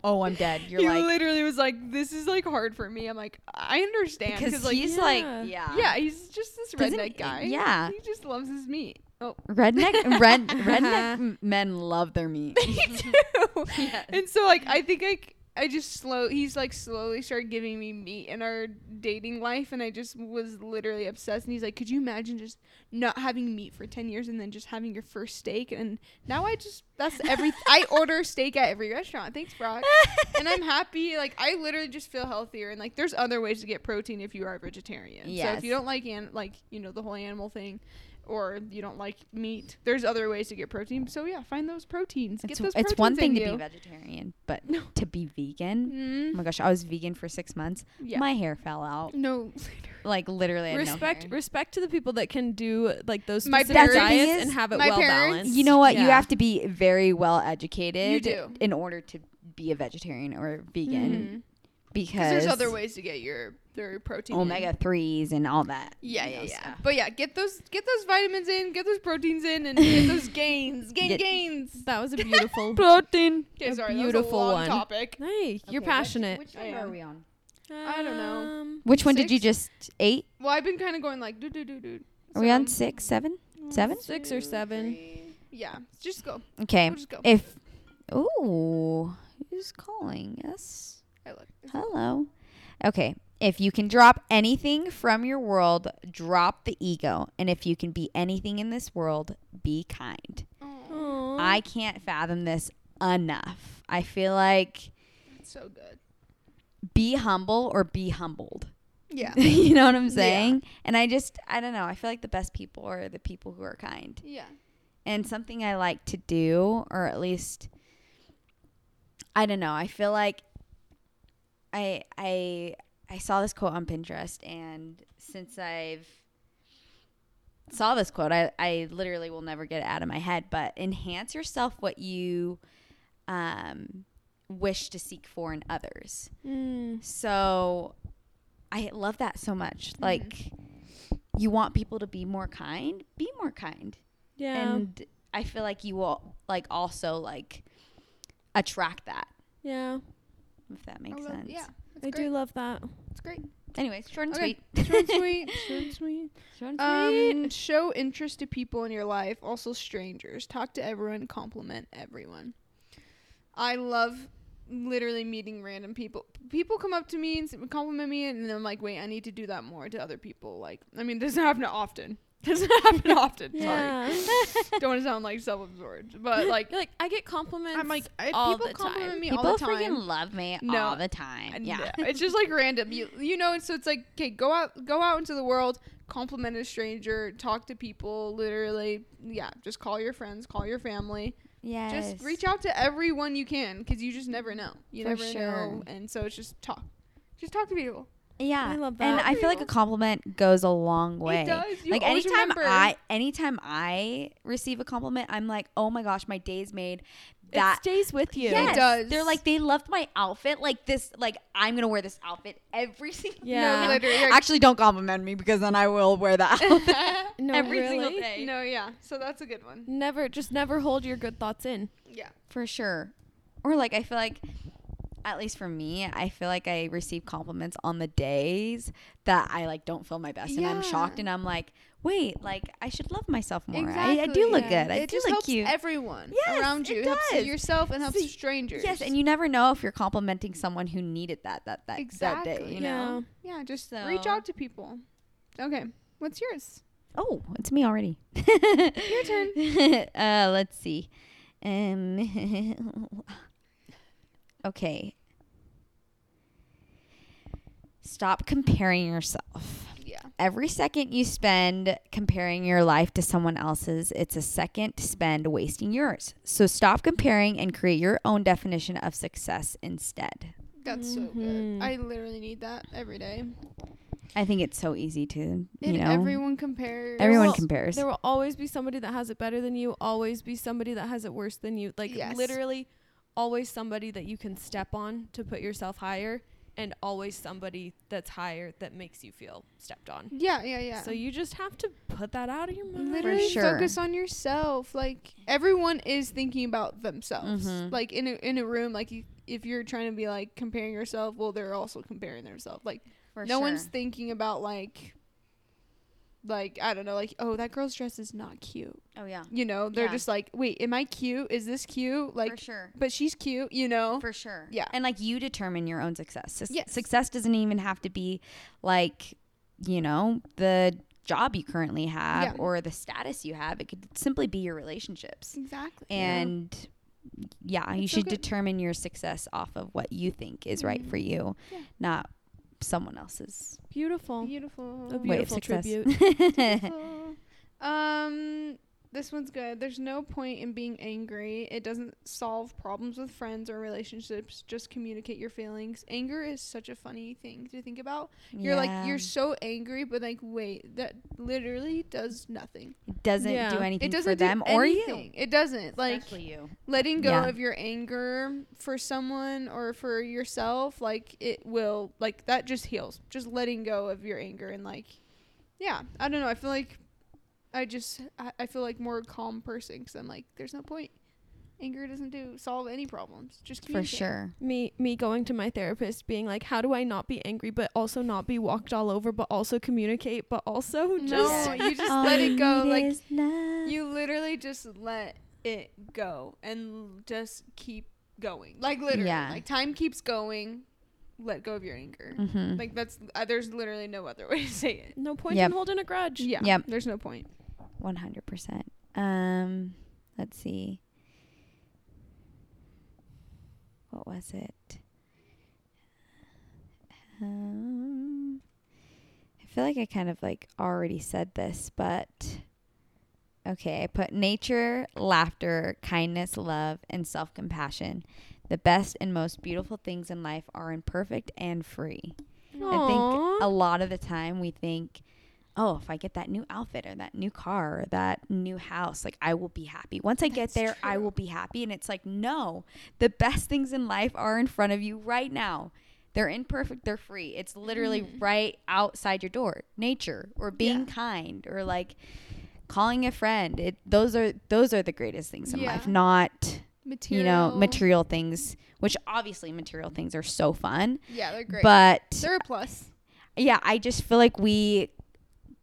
B: Oh, I'm dead. You're
C: he
B: like
C: literally was like, "This is like hard for me." I'm like, "I understand,"
B: because
C: like,
B: he's
A: Yeah.
B: like
C: yeah.
B: yeah
C: he's just this
B: Doesn't
C: redneck
B: he-
C: guy.
B: yeah.
C: he just loves his meat. Oh,
B: redneck red redneck men love their meat.
C: me too. And so, like, I think I. c- I just slow. He's like slowly started giving me meat in our dating life, and I just was literally obsessed. And he's like, "Could you imagine just not having meat for ten years, and then just having your first steak?" And now I just that's every. I order steak at every restaurant. Thanks, Brock. and I'm happy. Like I literally just feel healthier. And like there's other ways to get protein if you are a vegetarian. So
B: Yes.
C: if you don't like an like you know the whole animal thing. Or you don't like meat. There's other ways to get protein. So yeah, find those proteins.
B: It's,
C: get those.
B: it's one thing
C: proteins
B: to
C: in
B: be
C: you.
B: vegetarian, but
C: No.
B: to be vegan. Oh
C: Mm,
B: my gosh, I was vegan for six months.
C: yeah.
B: My hair fell out.
C: no.
B: Like literally, I had no
A: respect
B: hair.
A: respect to the people that can do like those
C: My
A: specific
B: parents- That's the thing
A: diets
B: is,
A: and have it
C: my
A: well
C: parents-
A: balanced.
B: You know what? You
A: Yeah.
B: have to be very well educated
C: You do.
B: in order to be a vegetarian or vegan
C: Mhm.
B: because
C: 'Cause there's other ways to get your their protein. in.
B: omega threes and all that.
C: Yeah,
B: you
C: yeah,
B: know,
C: yeah.
B: stuff.
C: But yeah, get those get those vitamins in, get those proteins in, and get those gains, gain
B: Get-
C: gains.
A: That was a beautiful.
B: Protein.
C: Okay,
A: A
C: sorry, that was a
A: beautiful
C: long
A: one.
C: topic.
A: hey, you're passionate.
B: Which,
C: number
B: are
C: are
B: we on?
C: I don't know.
A: Um,
B: Which one did you
C: Six?
B: just eight?
C: Well, I've been kind of going like do do do do.
B: Are we on six, seven, seven?
A: Six or seven.
C: Yeah, just go.
B: Okay.
C: Mm, We'll just go.
B: If ooh, who's calling us?
C: I look.
B: Hello. Okay. If you can drop anything from your world, drop the ego. And if you can be anything in this world, be kind.
C: Oh,
A: Aw.
B: I can't fathom this enough. I feel like
C: it's so good.
B: be humble or be humbled.
C: Yeah.
B: you know what I'm
C: Yeah.
B: saying? And I just, I don't know. I feel like the best people are the people who are kind.
C: Yeah.
B: And something I like to do, or at least, I don't know. I feel like I, I, I saw this quote on Pinterest, and since I've saw this quote. I, I literally will never get it out of my head, but enhance yourself what you um, wish to seek for in others.
A: Mm.
B: So I love that so much. Like, you want people to be more kind, be more kind.
A: Yeah.
B: And I feel like you will, like, also, like, attract that,
A: yeah.
B: if that
C: I
B: makes
C: love-
B: sense.
C: Yeah, it's
A: I
C: great.
A: do love that.
C: It's great.
B: Anyways, short and
C: Okay.
B: sweet.
C: Short and sweet. Short and sweet.
B: Short and
C: Um,
B: sweet.
C: show interest to people in your life, also strangers. Talk to everyone, compliment everyone. I love literally meeting random people. People come up to me and s- compliment me, and then I'm like, wait, I need to do that more to other people. Like, I mean, it doesn't happen often. Doesn't happen often.
A: Yeah.
C: Sorry, don't want to sound like self-absorbed, but like,
A: You're like I get compliments.
C: I'm like, I,
A: all
C: people
A: the
C: compliment
A: time.
C: me
B: People
C: all the time.
B: freaking love me
C: No.
B: all the time.
C: And
B: Yeah.
C: no, it's just like random. You you know, so it's like okay, go out go out into the world, compliment a stranger, talk to people, literally, yeah, just call your friends, call your family.
B: Yeah.
C: Just reach out to everyone you can cuz you just never know. You
B: For
C: never know.
B: sure.
C: And so it's just talk. Just talk to people.
B: Yeah.
A: I love
B: And
A: that.
B: I feel like a compliment goes a long way.
C: It does. You
B: like
C: always
B: anytime
C: remember.
B: I anytime I receive a compliment, I'm like, "Oh my gosh, my day's made." That
A: it stays with you.
B: Yes.
C: It does.
B: They're like they loved my outfit. Like this like I'm going to wear this outfit every single
A: Yeah.
C: No, literally. you're-
B: Actually, don't compliment me because then I will wear that outfit
A: No,
B: every
A: really.
B: single day.
C: no, yeah. So that's a good one.
A: Never, just never hold your good thoughts in.
C: Yeah.
B: For sure. Or like I feel like at least for me, I feel like I receive compliments on the days that I like don't feel my best and
C: Yeah.
B: I'm shocked and I'm like, "Wait, like I should love myself more. I, I do look
A: yeah.
B: good. I
C: it
B: do
C: just
B: look
C: helps
B: cute."
C: everyone
B: Yes,
C: around
B: it
C: you. It, helps
B: does.
C: yourself and helps
B: See,
C: strangers.
B: Yes, and you never know if you're complimenting someone who needed that that that, that day,
C: Exactly.
B: you know.
C: yeah, just reach
B: So-
C: out to people. Okay. What's yours?
B: Oh, it's me already.
C: Your turn.
B: uh, let's see. Um, okay. Stop comparing yourself.
C: Yeah.
B: Every second you spend comparing your life to someone else's, it's a second spend wasting yours. So stop comparing and create your own definition of success instead.
C: That's so
A: Mhm.
C: good.
B: Mm-hmm.
C: I literally need that every day.
B: I think it's so easy to,
C: And
B: you know,
C: everyone
B: everyone,
C: compares.
A: will-
B: compares.
A: There will always be somebody that has it better than you, always be somebody that has it worse than you. Like
C: Yes.
A: literally always somebody that you can step on to put yourself higher and always somebody that's higher that makes you feel stepped on.
C: Yeah, yeah, yeah.
A: So you just have to put that out of your mind.
C: literally
B: sure.
C: focus on yourself. Like everyone is thinking about themselves.
B: Mhm.
C: Like in a, in a room, like you, if you're trying to be like comparing yourself, well, they're also comparing themselves. Like
B: For
C: no one's
B: sure.
C: thinking about like. Like I don't know, like oh that girl's dress is not cute.
B: oh yeah.
C: You know, they're
B: Yeah.
C: just like, wait, am I cute? Is this cute? Like,
B: for sure.
C: but she's cute. You know,
B: For sure.
C: Yeah.
B: And like you determine your own success. Sus-
C: Yes.
B: Success doesn't even have to be like, you know, the job you currently have
C: Yeah.
B: or the status you have. It could simply be your relationships.
C: exactly.
B: And yeah, you
C: That's so
B: should
C: good. Mm-hmm.
B: determine your success off of what you think is right for you,
C: Yeah.
B: not someone else's.
A: Beautiful.
C: beautiful.
A: A
B: Way of
A: beautiful
B: success.
A: tribute.
C: um, this one's good. There's no point in being angry. It doesn't solve problems with friends or relationships. Just communicate your feelings. Anger is such a funny thing to think about. You're
B: Yeah.
C: like you're so angry, but like wait, that literally does nothing.
B: It doesn't
A: Yeah.
B: do
A: It
B: anything
C: it doesn't
B: for them
C: do
B: or you.
C: anything. It doesn't like
B: Especially you.
C: letting go
B: Yeah.
C: of your anger for someone or for yourself. Like it will like that just heals. Just letting go of your anger and like yeah, I don't know. I feel like I just I, I feel like more calm person because I'm like, there's no point. Anger doesn't do solve any problems. Just
B: For
C: communicate.
B: sure.
A: me me going to my therapist being like how do i not be angry but also not be walked all over but also communicate but also
C: No,
A: just
C: you just
B: All
C: let
B: you
C: it go.
B: need
C: Like
B: is love.
C: You literally just let it go and l- just keep going. Like literally,
B: Yeah.
C: like time keeps going. Let go of your anger.
B: Mhm.
C: Like that's uh, there's literally no other way to say it.
A: no point
B: Yep.
A: in holding a grudge
C: Yeah.
B: Yep.
C: There's no point.
B: One hundred percent. Um, let's see. What was it? Um, I feel like I kind of like already said this, but okay. I put nature, laughter, kindness, love, and self compassion. The best and most beautiful things in life are imperfect and free. I think
A: Aw.
B: a lot of the time we think oh, if I get that new outfit or that new car or that new house, like I will be happy. Once I get
C: That's
B: there, I
C: true.
B: will be happy. And it's like, no, the best things in life are in front of you right now. They're imperfect, they're free. It's literally
C: Mm.
B: right outside your door. Nature or being kind or like calling a friend. It, those are those are the greatest things in
C: Yeah.
B: life, not
C: Material.
B: you know, material things, which obviously material things are so fun.
C: Yeah, they're great.
B: But
C: they're a plus.
B: yeah, I just feel like we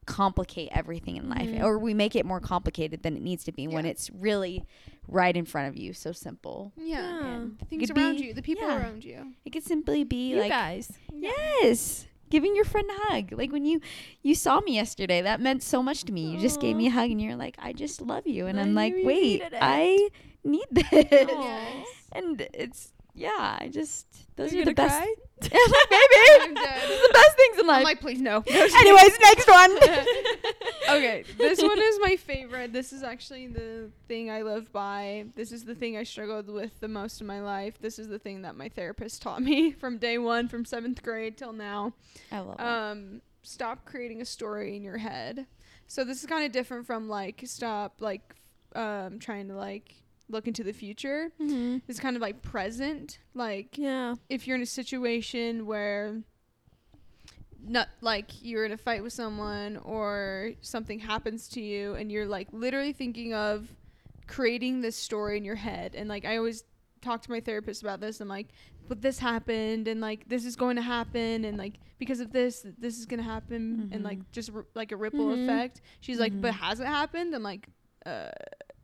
B: complicate everything in life
A: Mhm.
B: or we make it more complicated than it needs to be when
C: Yeah.
B: it's really right in front of you. So simple.
C: Yeah.
A: Yeah.
C: The things
B: Could be-
C: around you, the people
B: yeah.
C: around you.
B: It could simply be
A: you
B: like
A: guys.
B: yes, giving your friend a hug. Like when you you saw me yesterday, that meant so much to me. You just gave
A: Aw.
B: me a hug and you're like, "I just love you." And
A: I
B: I'm
A: knew
B: like,
A: you
B: "Wait,
A: needed it."
B: I need this."
A: Aw.
B: And it's yeah, I just those
A: You're
B: are the
A: gonna
B: best.
A: cry?
B: Maybe
C: I'm dead.
B: Those are the best things in
C: I'm
B: life.
C: like, please no.
B: Anyways, next one.
C: okay, this one is my favorite. This is actually the thing I live by. This is the thing I struggled with the most in my life. This is the thing that my therapist taught me from day one, from seventh grade till now.
B: I love it.
C: Um, stop creating a story in your head. So this is kind of different from like stop like um, trying to like look into the future. It's kind of like present, like
A: Mm-hmm. Yeah.
C: if you're in a situation where not like you're in a fight with someone or something happens to you and you're like literally thinking of creating this story in your head and like I always talk to my therapist about this I'm like but this happened and like this is going to happen and like because of this this is going to happen and like just r- like a ripple
A: Mhm.
C: effect she's like but
B: Mhm.
C: has it happened I'm like uh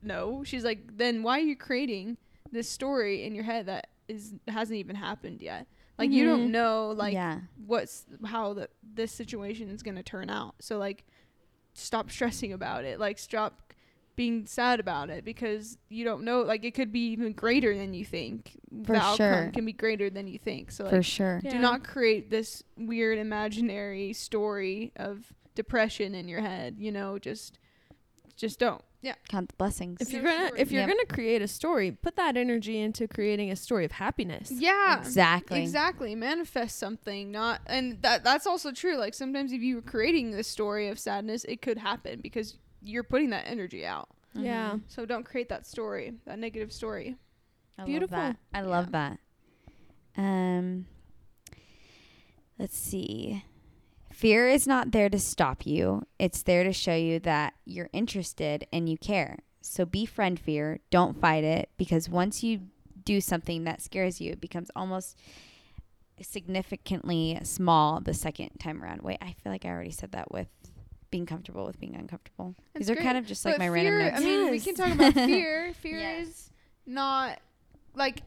C: no she's like then why are you creating this story in your head that is hasn't even happened yet. Like you
A: Mhm.
C: don't know like
B: Mm-hmm. yeah.
C: what's how the, this situation is going to turn out. So like stop stressing about it. Like stop being sad about it because you don't know like it could be even greater than you think.
B: For
C: the outcome
B: sure.
C: can be greater than you think. So like
B: for sure.
C: do not create this weird imaginary story of depression in your head, you know, just just don't. Yeah.
B: Count the blessings.
A: If
C: So
A: you're gonna
C: short.
A: if you're
B: Yep.
A: gonna create a story, put that energy into creating a story of happiness.
C: Yeah.
B: exactly.
C: Exactly. Manifest something, not and that that's also true. Like sometimes if you were creating this story of sadness, it could happen because you're putting that energy out.
B: Mm-hmm.
A: Yeah.
C: So don't create that story, that negative story.
B: I
A: Beautiful.
B: Love that. I love that. Um let's see. Fear is not there to stop you. It's there to show you that you're interested and you care. So befriend fear, don't fight it because once you do something that scares you, it becomes almost significantly small the second time around. Wait, I feel like I already said that with being comfortable with being uncomfortable. These
C: That's
B: are
C: great.
B: kind of just like
C: But
B: my
C: fear,
B: random notes.
C: I mean, we
A: Yes.
C: can talk about fear. Fear
B: Yes.
C: is not like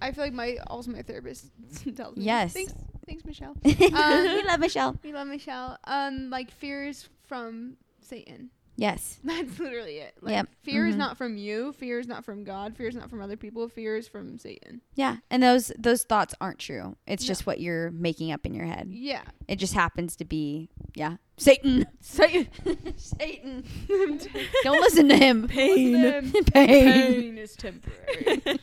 C: I feel like my also my therapist tells me.
B: Yes.
C: Thanks, thanks, Michelle. uh,
B: we love Michelle.
C: We love Michelle. Um, like fear is from Satan.
B: Yes.
C: That's literally it. Like
B: Yep.
C: fear is
B: Mhm.
C: not from you. Fear is not from God. Fear is not from other people. Fear is from Satan.
B: Yeah, and those those thoughts aren't true. It's
C: No.
B: just what you're making up in your head.
C: Yeah.
B: It just happens to be, yeah, Satan.
C: Satan.
B: Satan. Don't listen to him.
A: Pain.
B: Pain.
C: is temporary.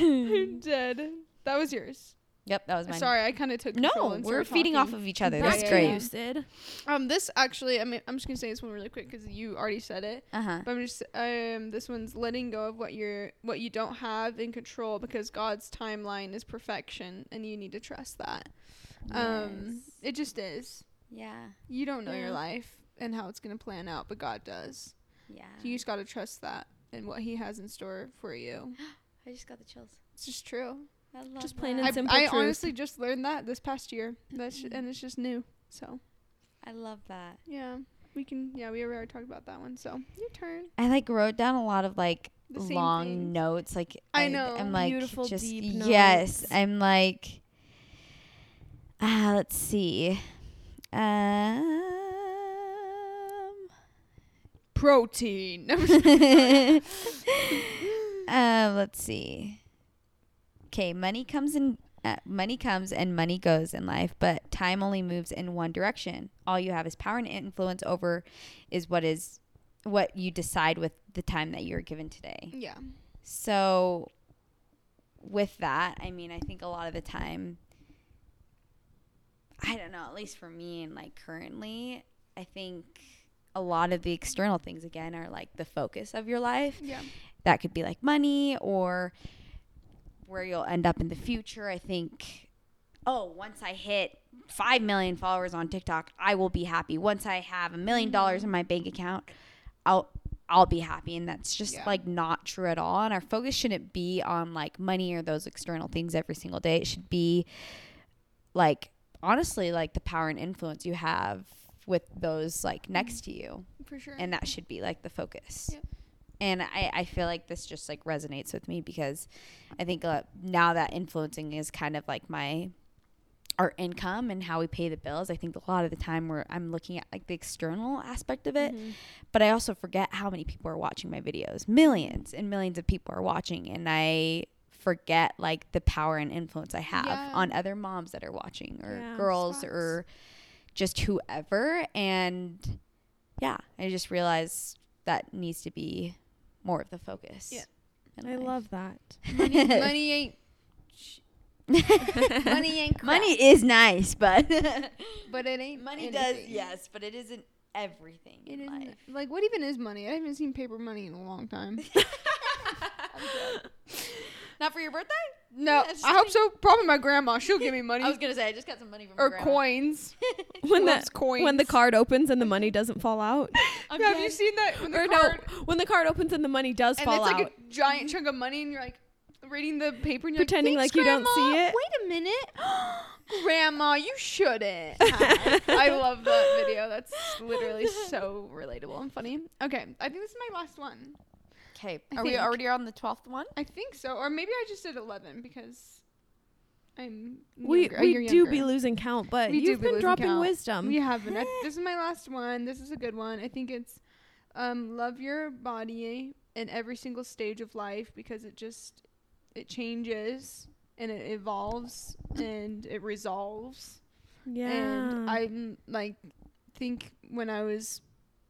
C: I'm dead. That was yours.
B: Yep, that was mine.
C: Sorry, I kind of took control
B: No,
C: and
B: we're
C: started
B: feeding off
C: talking.
B: of each other.
C: Back
B: That's
C: to
B: great.
C: you.
A: Sid.
C: Um, this actually, I mean, I'm just gonna say this one really quick because you already said it.
B: Uh huh.
C: But I'm just um this one's letting go of what you're what you don't have in control because God's timeline is perfection and you need to trust that. Um
B: Yes.
C: it just is.
B: Yeah.
C: You don't know
A: Yeah.
C: your life and how it's going to plan out, but God does.
B: Yeah.
C: So you just got to trust that and what he has in store for you.
B: I just got the chills.
C: It's just true.
B: I love
A: Just plain
B: that.
A: and
C: I,
A: simple
C: I
A: truth.
C: honestly just learned that this past year. That's and it's just new. So,
B: I love that.
C: yeah. We can yeah, we already talked about that one. So, your turn.
B: I like wrote down a lot of like
C: The same
B: long
C: things.
B: notes. Like
C: I know.
B: I'm like
A: Beautiful,
B: just
A: deep
B: yes.
A: notes.
B: I'm like ah. let's see. Um,
C: Protein.
B: uh, let's see. Okay, money comes in. Uh, money comes and money goes in life, but time only moves in one direction. All you have is power and influence over is what is what you decide with the time that you're given today.
C: yeah.
B: So, with that, I mean, I think a lot of the time, I don't know, at least for me and like currently, I think a lot of the external things again are like the focus of your life.
C: Yeah.
B: That could be like money or where you'll end up in the future. I think oh, once I hit 5 million followers on TikTok, I will be happy. Once I have a million dollars in my bank account, I'll I'll be happy and that's just
C: Yeah.
B: like not true at all and our focus shouldn't be on like money or those external things every single day. It should be like honestly like the power and influence you have with those like next to you
C: For sure.
B: and that should be like the focus
C: Yep.
B: and I, I feel like this just like resonates with me because i think uh, now that influencing is kind of like my our income and how we pay the bills i think a lot of the time where i'm looking at like the external aspect of it but i also forget how many people are watching my videos millions and millions of people are watching and i forget like the power and influence i have
C: Yeah.
B: on other moms that are watching or
A: Yeah,
B: girls
C: facts.
B: or just whoever and yeah i just realized that needs to be more of the focus
C: Yeah.
B: in
A: I
B: life.
A: love that.
C: money, money ain't money ain't crap,
B: money is nice but
C: but it ain't
B: money does
C: anything.
B: yes but it isn't everything
C: It
B: in
C: isn't
B: life
C: like what even is money? I haven't seen paper money in a long time.
B: not for your birthday
C: No,
B: That's
C: I hope so. Probably my grandma. She'll give me money
B: i was gonna say i just got some money from my
C: or
B: grandma.
C: coins.
A: When
C: Loves
A: the
C: coins.
A: when the card opens and the money doesn't fall out,
B: I'm
C: Yeah, have
B: dead.
C: you seen that? When the
A: or
C: card,
A: no, when the card opens and the money does
C: and
A: fall
C: it's like
A: out. Mm-hmm.
C: a giant chunk of money, and you're like reading the paper and you're
A: Pretending
C: like,
A: like you don't
C: "Thanks,
A: see
C: Grandma.
A: it."
C: Wait a minute, Grandma, you shouldn't. I love that video. That's literally so relatable and funny. Okay, I think this is my last one.
B: okay
C: I
B: are we
C: think-
B: already on the 12th one
C: I think so, or maybe I just did eleven because I'm.
A: we
C: younger-
A: we
C: you're
A: do
C: younger.
A: be losing count, but
C: We do
A: you've
C: be
A: been
C: losing
A: dropping
C: count.
A: wisdom.
C: We have been. I, this is my last one. This is a good one. I think it's um, love your body in every single stage of life because it just it changes and it evolves and it resolves.
A: Yeah.
C: And I'm like think when I was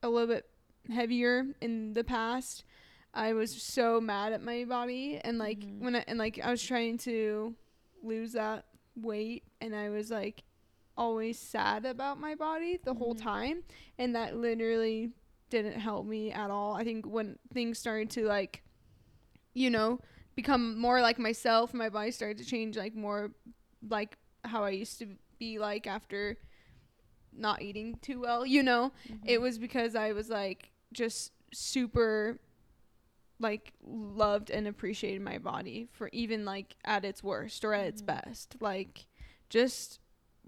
C: a little bit heavier in the past, I was so mad at my body and like
B: Mhm.
C: when I and like I was trying to lose that weight and I was like always sad about my body the whole
B: Mhm.
C: time and that literally didn't help me at all. I think when things started to like you know become more like myself, my body started to change like more like how I used to be like after not eating too well, you know. It was because I was like just super like loved and appreciated my body for even like at its worst or at its best. Like just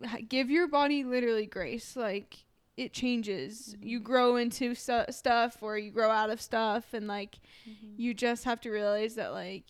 C: h- give your body literally grace. Like it changes. You grow into stu- stuff or you grow out of stuff and like you just have to realize that like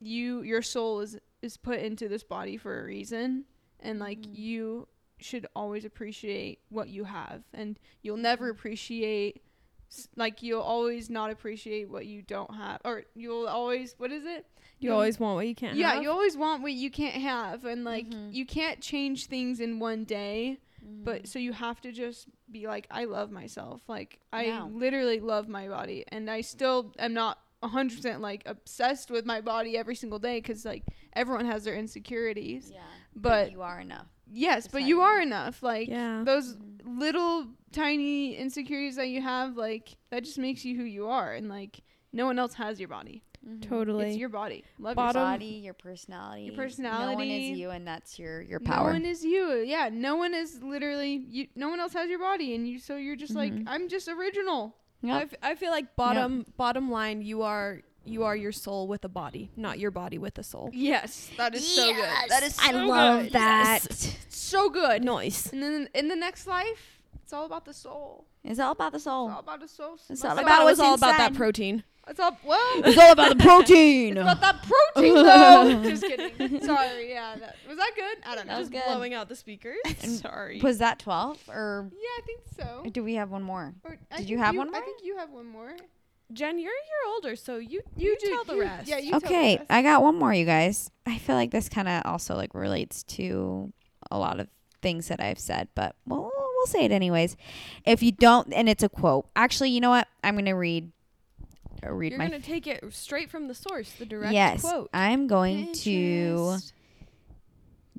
C: you your soul is is put into this body for a reason and like
A: Mm-hmm.
B: Mhm.
C: you should always appreciate what you have and
A: Mm-hmm.
C: you'll never appreciate s- like you'll always not appreciate what you don't have or you'll always what is it
A: you always want what you can't
C: yeah
A: have. Mm-hmm.
C: you always want what you can't have and like
B: Mhm.
C: you can't change things in one day
B: Mm-hmm. Mm.
C: but so you have to just be like i love myself like i
B: Yeah.
C: literally love my body and i still am not 100% like obsessed with my body every single day because like everyone has their insecurities
B: yeah
C: but
B: you are enough
C: yes but
B: not
C: you
B: you.
C: are enough like
A: Yeah.
C: those
B: Mm.
C: little tiny insecurities that you have like that just makes you who you are and like no one else has your body
A: totally.
C: it's your body love
A: Bottom-
C: yourself
B: your body, your personality. No one
C: personality.
B: is you, and that's your your
C: No
B: power.
C: one is you. Yeah, no one is literally you. No one else has your body, and you. So you're just like,
A: Mhm.
C: I'm just original.
A: I, f- I feel like bottom bottom line you are you are your soul with a body, not your body with a soul.
C: Yes, that is so good. That is so
B: I love
C: good.
B: that.
C: So good.
A: Nice.
C: And then in the next life, it's all about the soul.
B: It's all about the soul.
C: It's all about the soul.
B: It's all
A: I
B: about
A: thought it was
B: what's
A: all about that
B: inside.
A: protein.
C: It's all well.
B: It's all about the protein.
C: It's about that protein though. just kidding. Sorry. Yeah. That, was that good? I don't know.
B: That was
A: Just
B: good.
A: blowing out the speakers. Sorry.
B: was that twelve or
C: yeah, I think so.
B: do we have one more?
C: Or, I
B: Did you
C: think
B: have one
C: I
B: more?
C: think you have one more.
A: Jen, you're a year older, so you
C: You
A: you,
C: do-
A: tell the
C: you-
A: rest.
C: yeah, you- tell
B: Okay,
C: us.
B: I got one more, you guys. I feel like this kind of also like relates to a lot of things that I've said, but we'll we'll say it anyways. If you don't, and it's a quote. Actually, you know what? I'm gonna read. uh, Read
A: you're
B: my
A: gonna take it straight from the source, the direct
B: yes,
A: quote.
B: I'm going to
C: Pinterest.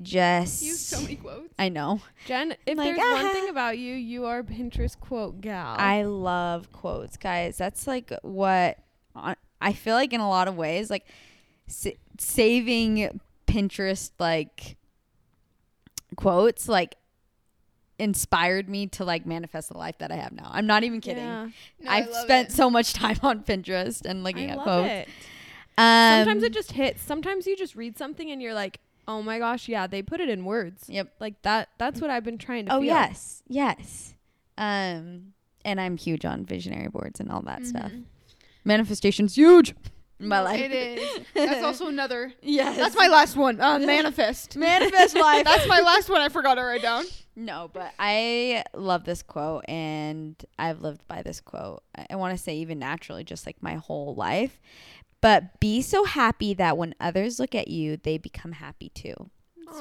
B: just
C: You have so many quotes.
B: I know.
A: Jen, if
B: Like,
A: there's one thing
B: "Ah."
A: about you, you are Pinterest quote gal.
B: I love quotes, guys. That's like what on, I feel like in a lot of ways, like sa- saving Pinterest like quotes, like inspired me to like manifest the life that I have now. I'm not even kidding.
A: Yeah.
C: No, I
B: I've
C: love
B: spent
C: it.
B: so much time on Pinterest and looking
A: I
B: at
A: love
B: quotes.
A: it.
B: Um,
A: Sometimes it just hits. Sometimes you just read something and you're like, oh my gosh, yeah, they put it in words.
B: Yep.
A: Like that. That's what I've been trying to.
B: Oh
A: feel.
B: yes, yes. Um, and I'm huge on visionary boards and all that stuff.
C: Mhm.
B: Manifestation's huge in my
C: No,
B: life.
C: It is. That's also another.
B: yes.
C: That's my last one. Uh, manifest.
B: manifest life.
C: That's my last one. I forgot to write down.
B: No, but I love this quote and I've lived by this quote. I, I want to say, even naturally, just like my whole life. But be so happy that when others look at you, they become happy too.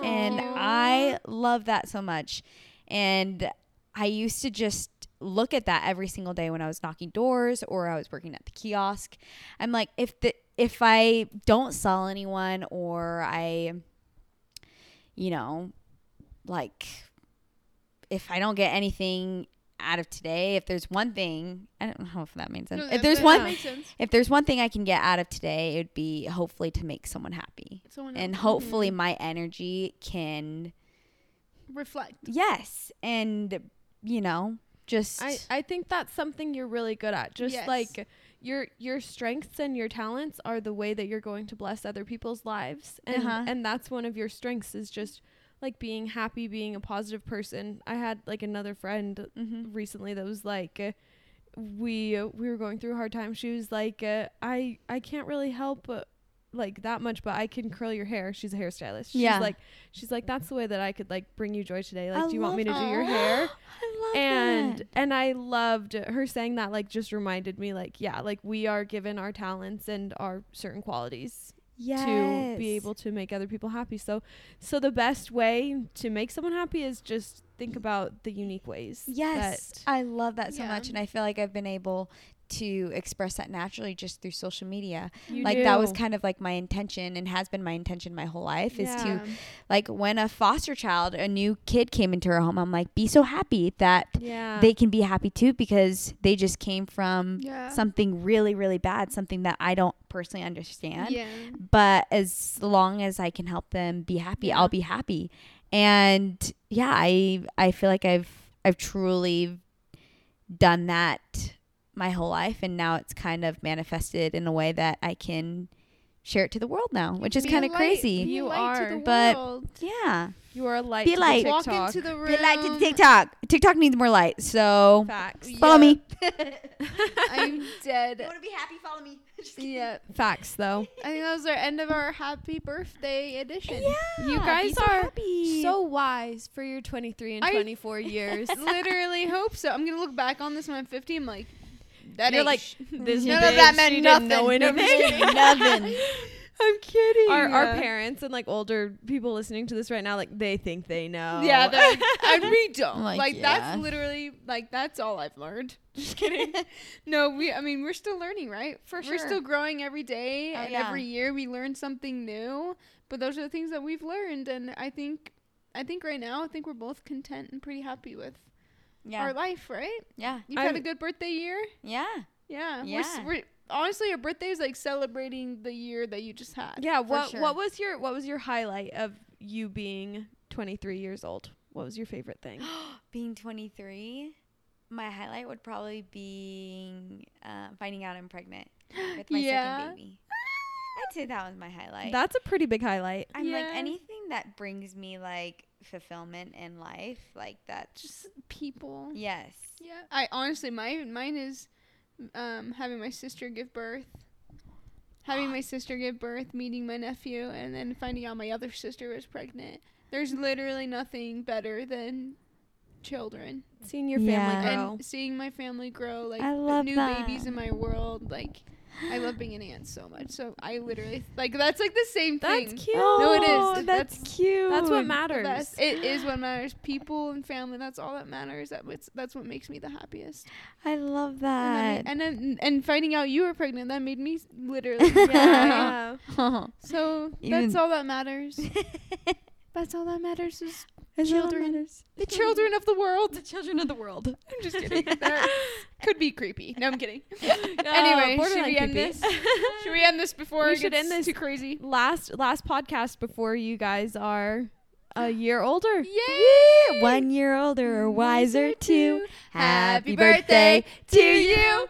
B: And
C: Aw.
B: I love that so much. And I used to just look at that every single day when I was knocking doors or I was working at the kiosk. I'm like, if the if I don't sell anyone or I you know, like if I don't get anything out of today, if there's one thing, I don't know if that means sense.
C: No,
B: if
C: that-
B: there's
C: that
B: one
C: makes sense.
B: if there's one thing I can get out of today, it would be hopefully to make someone happy
C: Someone
B: and
C: else.
B: hopefully my energy can
C: reflect.
B: yes and you know just
A: I, I think that's something you're really good at. Just
C: Yes.
A: like your your strengths and your talents are the way that you're going to bless other people's lives. And
B: Uh-huh.
A: and that's one of your strengths is just like being happy, being a positive person. I had like another friend
B: Mhm.
A: recently that was like uh, we uh, we were going through a hard time. She was like uh, I I can't really help uh, like that much, but I can curl your hair. She's a hairstylist. She's
B: Yeah.
A: like she's like that's the way that I could like bring you joy today. Like
B: I
A: do you want
B: love
A: me to do your
B: that.
A: hair?
B: I love
A: and
B: that.
A: and I loved her saying that like just reminded me like yeah like we are given our talents and our certain qualities to be
B: Yes.
A: able to make other people happy so so the best way to make someone happy is just think about the unique ways
B: yes Uh,
A: that-
B: I love that so
C: Yeah.
B: much and I feel like I've been able to express that naturally just through social media
A: You
B: like that was
A: do.
B: kind of like my intention and has been my intention my whole life is to
A: Yeah.
B: like when a foster child a new kid came into her home I'm like be so happy that
A: yeah
B: they can be happy too because they just came from
C: Yeah.
B: something really really bad something that i don't personally understand
C: Yeah.
B: but as long as i can help them be happy i'll be happy and yeah i i feel like i've i've truly done that my whole life and now it's kind of manifested in a way that i can share it to the world now which is
C: Be a
B: kind of
C: light-
B: crazy
C: be a
A: You
C: light to the
A: are,
B: but-
C: world.
B: yeah
A: you are a light
B: Be
A: to the
B: light.
C: walk
A: TikTok.
C: into the room.
B: be light to tiktok tiktok needs more light so
A: facts
C: Yeah.
B: follow me
C: I'm dead.
B: to be happy follow me
C: Yeah.
A: facts though
C: I think that was our end of our happy birthday edition.
B: Yeah,
A: You
B: be
A: guys
B: so
A: are
B: happy.
A: so wise for your 23 and
C: I-
A: 24 years
C: Literally hope so. I'm gonna look back on this when I'm 50. I'm like, that
A: you're
C: ain't
A: like
C: sh-
A: this
C: None
A: bitch,
C: of that meant
A: she
C: nothing.
A: didn't know anything
B: nothing.
C: I'm kidding.
A: our, our
C: Yeah.
A: parents and like older people listening to this right now, like they think they know.
C: Yeah, they're like, and we don't.
B: Like,
C: Like,
B: yeah.
C: that's literally like that's all I've learned. Just kidding. no, we. I mean, we're still learning, right?
B: For
C: We're
B: sure.
C: still growing every day,
B: Oh,
C: and
B: yeah.
C: every year we learn something new. But those are the things that we've learned, and I think, I think right now, I think we're both content and pretty happy with
B: Yeah,
C: our life, right?
B: yeah,
C: You've had a
A: I'm-
C: good birthday year.
B: yeah.
C: Yeah. We're, s-
B: Yeah.
C: we're, honestly, your birthday is like celebrating the year that you just had.
A: Yeah. What
B: sure.
A: What was your What was your highlight of you being 23 years old? What was your favorite thing?
B: Being 23, my highlight would probably be uh, finding out I'm pregnant with my
C: Yeah.
B: second baby. I'd say that was my highlight.
A: That's a pretty big highlight.
B: I'm like
C: Yeah.
B: anything that brings me like fulfillment in life, like that's
C: Just people.
B: yes.
C: Yeah. I honestly, my mine is um, having my sister give birth, having my sister give birth, meeting my nephew, and then finding out my other sister was pregnant. There's literally nothing better than children
A: Seeing your
B: Yeah.
A: family grow.
C: and seeing my family grow. Like
B: I
C: the
B: love
C: new
B: that.
C: babies in my world. Like I love being an aunt so much. So I literally like that's like the same thing.
A: that's cute.
C: No, it is.
B: That's, cute.
A: That's what
C: The
A: matters.
C: best. It is what matters. People and family. That's all that matters. That what's, that's what makes me the happiest.
B: I love
C: And,
B: that.
C: then, and then and finding out you were pregnant that made me literally
A: Yeah.
C: so
B: Even-
C: that's all that matters That's all that matters is
B: That's all that
C: Children.
B: matters.
C: the children of the world.
B: The children of the world.
C: I'm just kidding. That could be creepy. No, I'm kidding.
A: Uh,
C: anyway, should
A: borderline
C: we end
A: creepy.
C: this? Should we end this before
A: We
C: it
A: should
C: gets
A: end this.
C: too crazy?
A: last last podcast before you guys are a year older.
C: Yay!
B: One year older or wiser too.
C: Happy birthday to you. Oh,